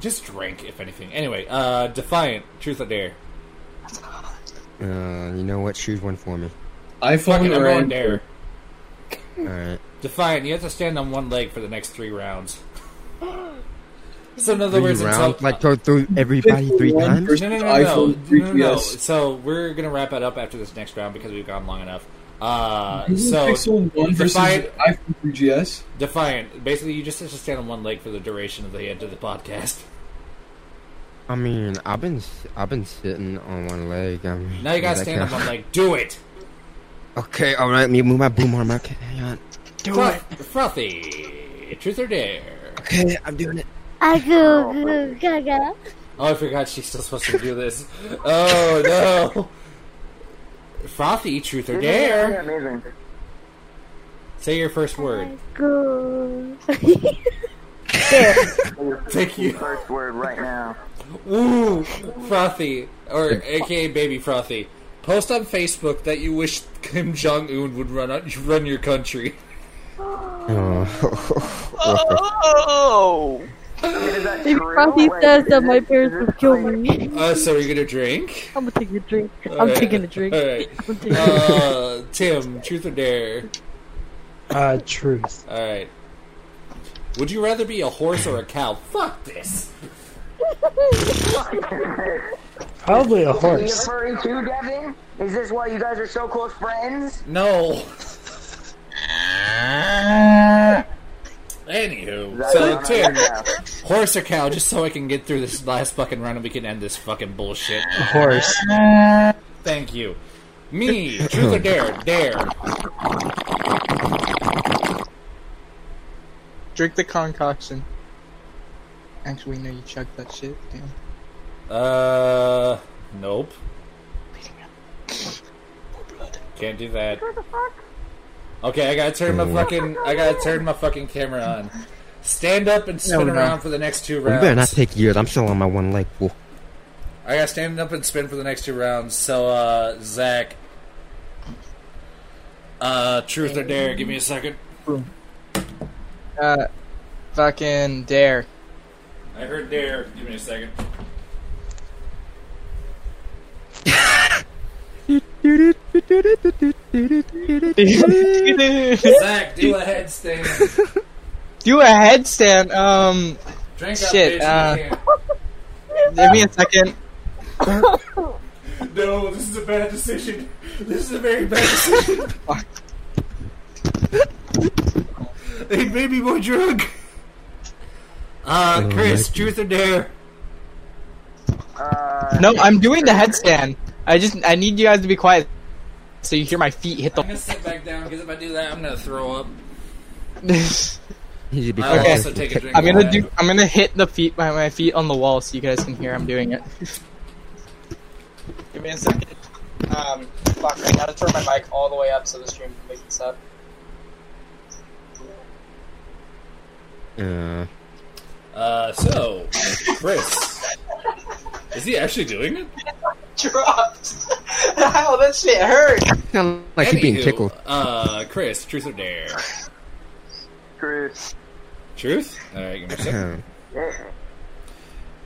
Speaker 4: just drink, if anything. Anyway, uh, Defiant, Truth or Dare.
Speaker 5: Uh, you know what? Choose one for me.
Speaker 4: Fucking
Speaker 1: iPhone
Speaker 4: I'm
Speaker 1: or
Speaker 4: going
Speaker 1: Android?
Speaker 4: Dare.
Speaker 5: All right.
Speaker 4: Defiant, you have to stand on one leg for the next three rounds. So in other
Speaker 5: Three
Speaker 4: words, until-
Speaker 5: rounds, like go through everybody three
Speaker 1: One
Speaker 5: times.
Speaker 1: person
Speaker 4: No, no, no, no,
Speaker 1: iPhone
Speaker 4: no, no, no.
Speaker 1: 3GS.
Speaker 4: So we're gonna wrap it up after this next round because we've gone long enough. Uh, so
Speaker 1: Pixel One versus
Speaker 4: Defiant-
Speaker 1: iPhone 3GS.
Speaker 4: defiant. Basically, you just have to stand on one leg for the duration of the end of the podcast.
Speaker 5: I mean, I've been s- I've been sitting on one leg. I mean,
Speaker 4: Now you gotta
Speaker 5: does that
Speaker 4: stand on
Speaker 5: count?
Speaker 4: one leg. Do it.
Speaker 5: Okay, all right. Let me move my boom arm. Okay, hang on.
Speaker 4: Fro- frothy. Truth or dare?
Speaker 5: Okay, I'm doing it.
Speaker 6: I go, go, gaga.
Speaker 4: Oh, I forgot she's still supposed to do this. Oh no. Frothy, truth or
Speaker 3: This is really
Speaker 4: dare?
Speaker 3: Amazing.
Speaker 4: Say your first word.
Speaker 6: Go.
Speaker 4: Thank you.
Speaker 3: First word right now.
Speaker 4: Ooh, frothy, or aka baby frothy. Post on Facebook that you wish Kim Jong Un would run out, run your country.
Speaker 5: Oh,
Speaker 2: Oh,
Speaker 3: I mean, is that
Speaker 6: He
Speaker 3: true?
Speaker 6: probably
Speaker 3: Like,
Speaker 6: says that
Speaker 3: is
Speaker 6: my
Speaker 3: it-
Speaker 6: parents
Speaker 3: is it
Speaker 6: would kill
Speaker 3: true?
Speaker 6: me.
Speaker 4: Uh, so you're gonna drink?
Speaker 6: I'm gonna take a drink. I'm
Speaker 4: Alright.
Speaker 6: taking a drink.
Speaker 4: All right.
Speaker 6: I'm taking a drink.
Speaker 4: Uh, Tim, truth or dare?
Speaker 7: Uh, truth.
Speaker 4: All right. Would you rather be a horse or a cow? Fuck this.
Speaker 7: Probably a
Speaker 3: Are you
Speaker 7: horse.
Speaker 3: referring to Devin? Is this why you guys are so close friends?
Speaker 4: No. Anywho, so
Speaker 3: That's-
Speaker 4: Tim,
Speaker 3: Yeah.
Speaker 4: horse or cow? Just so I can get through this last fucking round and we can end this fucking bullshit.
Speaker 7: A horse.
Speaker 4: Thank you. Me, truth or dare? Dare.
Speaker 2: Drink the concoction. Actually, no, you chugged that shit. Damn.
Speaker 4: Uh, nope. Can't do that. Okay, I gotta turn my fucking I gotta turn my fucking camera on. Stand up and spin
Speaker 2: No, no.
Speaker 4: around for the next two
Speaker 5: You better not
Speaker 4: rounds.
Speaker 5: take yours. I'm still on my one leg, fool.
Speaker 4: I gotta stand up and spin for the next two rounds. So, uh, Zach, uh, truth or dare? Give me a second.
Speaker 2: Uh, fucking dare.
Speaker 4: I heard dare. Give me a second.
Speaker 2: Do
Speaker 4: Zach, do a headstand.
Speaker 2: a headstand. Um,
Speaker 4: Drink up,
Speaker 2: Shit,
Speaker 4: bitch. you
Speaker 2: uh, give me a second.
Speaker 4: can't. No, this is a bad decision. This is a very bad decision.
Speaker 2: Fuck.
Speaker 4: it made me more drunk.
Speaker 2: Oh,
Speaker 4: Uh, Chris, truth or dare?
Speaker 3: Uh,
Speaker 2: No, I'm doing the headstand. I just I need you guys to be quiet, so you hear my feet hit
Speaker 4: I'm gonna sit back down because if I do that, I'm gonna throw up.
Speaker 2: the.
Speaker 5: You should be
Speaker 4: I'll
Speaker 5: cautious.
Speaker 4: also take a drink.
Speaker 2: I'm gonna
Speaker 4: of
Speaker 2: do.
Speaker 4: that.
Speaker 2: I'm gonna hit the feet by my feet on the wall, so you guys can hear I'm doing it. Give me a second. Um, fuck! I gotta turn my mic all the way up so the stream can make this up.
Speaker 5: Uh,
Speaker 4: Uh, so, Chris, is he actually doing it?
Speaker 2: Dropped. Ow! That shit hurt.
Speaker 5: sound like you're being
Speaker 4: Anywho,
Speaker 5: tickled.
Speaker 4: Uh, Chris, truth or dare?
Speaker 3: Chris.
Speaker 4: Truth. All right, give me a second.
Speaker 5: Huh.
Speaker 3: Yeah,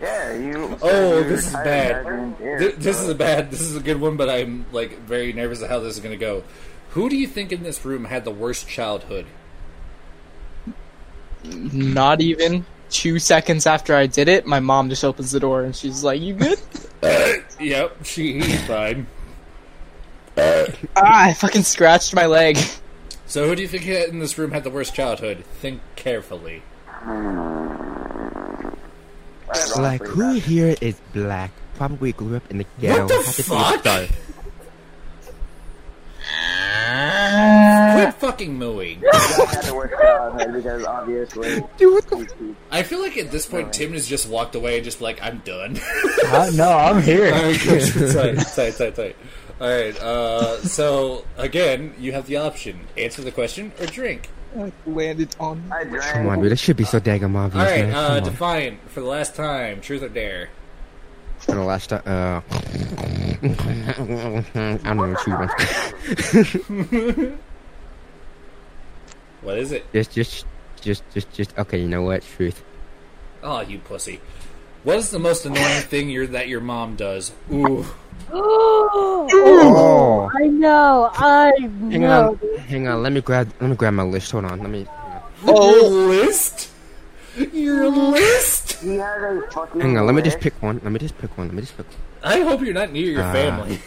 Speaker 3: Yeah, you.
Speaker 4: Oh,
Speaker 3: you
Speaker 4: this is
Speaker 3: retired
Speaker 4: bad.
Speaker 3: guys in here.
Speaker 4: Th- this is a bad. This is a good one, but I'm like very nervous of how this is going to go. Who do you think in this room had the worst childhood?
Speaker 2: Not even two seconds after I did it, my mom just opens the door and she's like, "You good?"
Speaker 4: Yep, she he's fine.
Speaker 2: ah! I fucking scratched my leg.
Speaker 4: So who do you think had- in this room had the worst childhood? Think carefully.
Speaker 5: Like, who here is black? Probably grew up in the ghetto.
Speaker 4: the
Speaker 5: How did you
Speaker 4: fuck?
Speaker 5: start?
Speaker 4: Quit fucking mooing.
Speaker 3: I had to work out because obviously.
Speaker 4: I feel like at this point Tim has just walked away and just like I'm done.
Speaker 7: Uh, no, I'm
Speaker 4: All
Speaker 7: here.
Speaker 4: right, Chris, tight, tight, tight, tight. All right. Uh, so again, you have the option: answer the question or drink.
Speaker 2: I landed on.
Speaker 3: I
Speaker 5: Come on,
Speaker 3: drank.
Speaker 5: dude. This should be so daggum
Speaker 4: All
Speaker 5: obvious.
Speaker 4: right.
Speaker 5: man.
Speaker 4: Uh,
Speaker 5: Come on.
Speaker 4: Defiant for the last time: truth or dare.
Speaker 5: For the last time. Uh, I don't know what you want.
Speaker 4: What is it?
Speaker 5: just, just, just, just, just. Okay, you know what? Truth.
Speaker 4: Oh, you pussy. What is the most annoying thing your that your mom does? Ooh.
Speaker 5: Oh,
Speaker 6: I know. I
Speaker 5: hang
Speaker 6: know.
Speaker 5: on, hang on. Let me grab, let me grab my list. Hold on. Let me.
Speaker 4: Oh, list? Your list?
Speaker 3: He had a fucking.
Speaker 5: Hang on. Let me just
Speaker 3: lick.
Speaker 5: pick one. Let me just pick one. Let me just pick. One.
Speaker 4: I hope you're not near your
Speaker 5: Ah.
Speaker 4: family.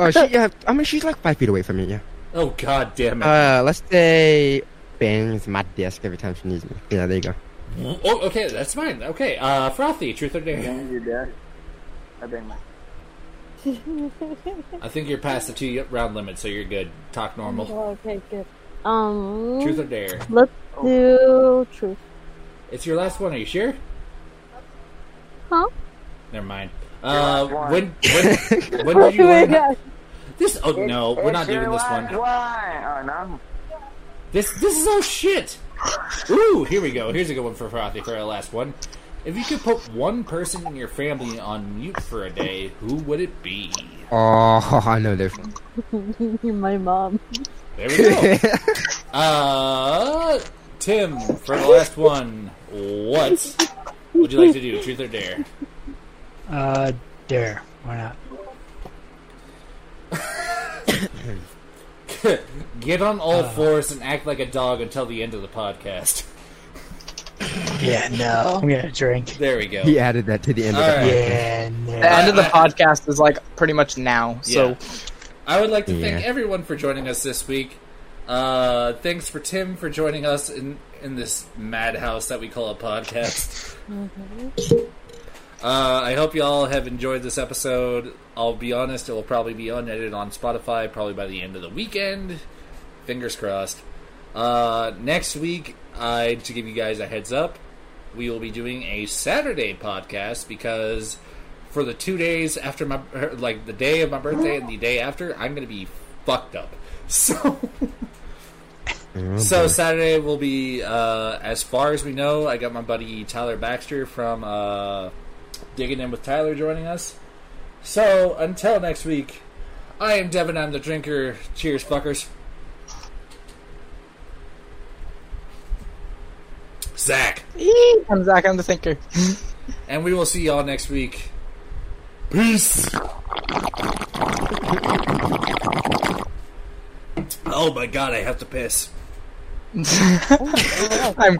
Speaker 5: Oh, she, yeah. I mean, she's like five feet away from me. Yeah.
Speaker 4: Oh, god damn it.
Speaker 5: Uh, let's say bangs my desk every time she needs me. Yeah, there you go.
Speaker 4: oh, okay, that's fine. Okay, uh, Frothy, truth or dare?
Speaker 3: Banged your dad. I banged my.
Speaker 4: I think you're past the two round limit, so you're good. Talk normal.
Speaker 6: Oh, okay, good. Um,
Speaker 4: Truth or dare?
Speaker 6: let's do truth.
Speaker 4: It's your last one, are you sure?
Speaker 6: Huh?
Speaker 4: Never mind. Uh,
Speaker 3: Your last
Speaker 4: when, when, when did you learn how-
Speaker 6: God.
Speaker 4: This, oh no, we're not doing this one.
Speaker 3: Why? Oh no.
Speaker 4: This this is all shit. Ooh, here we go. Here's a good one for Frothy for our last one. If you could put one person in your family on mute for a day, who would it be?
Speaker 5: Oh, I know this one.
Speaker 6: my mom.
Speaker 4: There we go. uh, Tim, for the last one, what would you like to do? Truth or dare?
Speaker 7: Uh, dare. Why not?
Speaker 4: Get on all fours and act like a dog until the end of the podcast.
Speaker 7: Yeah, no. I'm gonna drink.
Speaker 4: There we go.
Speaker 5: He added that to the end of
Speaker 4: All
Speaker 5: the
Speaker 4: right.
Speaker 7: Yeah,
Speaker 2: The
Speaker 7: no.
Speaker 2: end of the
Speaker 4: I-
Speaker 2: podcast is like pretty much now. So
Speaker 4: Yeah. I would like to thank
Speaker 5: Yeah.
Speaker 4: everyone for joining us this week. Uh, thanks for Tim for joining us in in this madhouse that we call a podcast. Uh, I hope you all have enjoyed this episode. I'll be honest; it will probably be unedited on Spotify probably by the end of the weekend. Fingers crossed. Uh, next week, I to give you guys a heads up, we will be doing a Saturday podcast because for the two days after my er, like the day of my birthday and the day after, I'm gonna be fucked up. So so Saturday will be uh, as far as we know. I got my buddy Tyler Baxter from uh, Digging In with Tyler joining us. So until next week, I am Devin. I'm the drinker. Cheers, fuckers. Zach,
Speaker 2: I'm Zach. I'm the thinker.
Speaker 4: and we will see y'all next week.
Speaker 8: Peace.
Speaker 4: Oh my god, I have to piss.
Speaker 2: I'm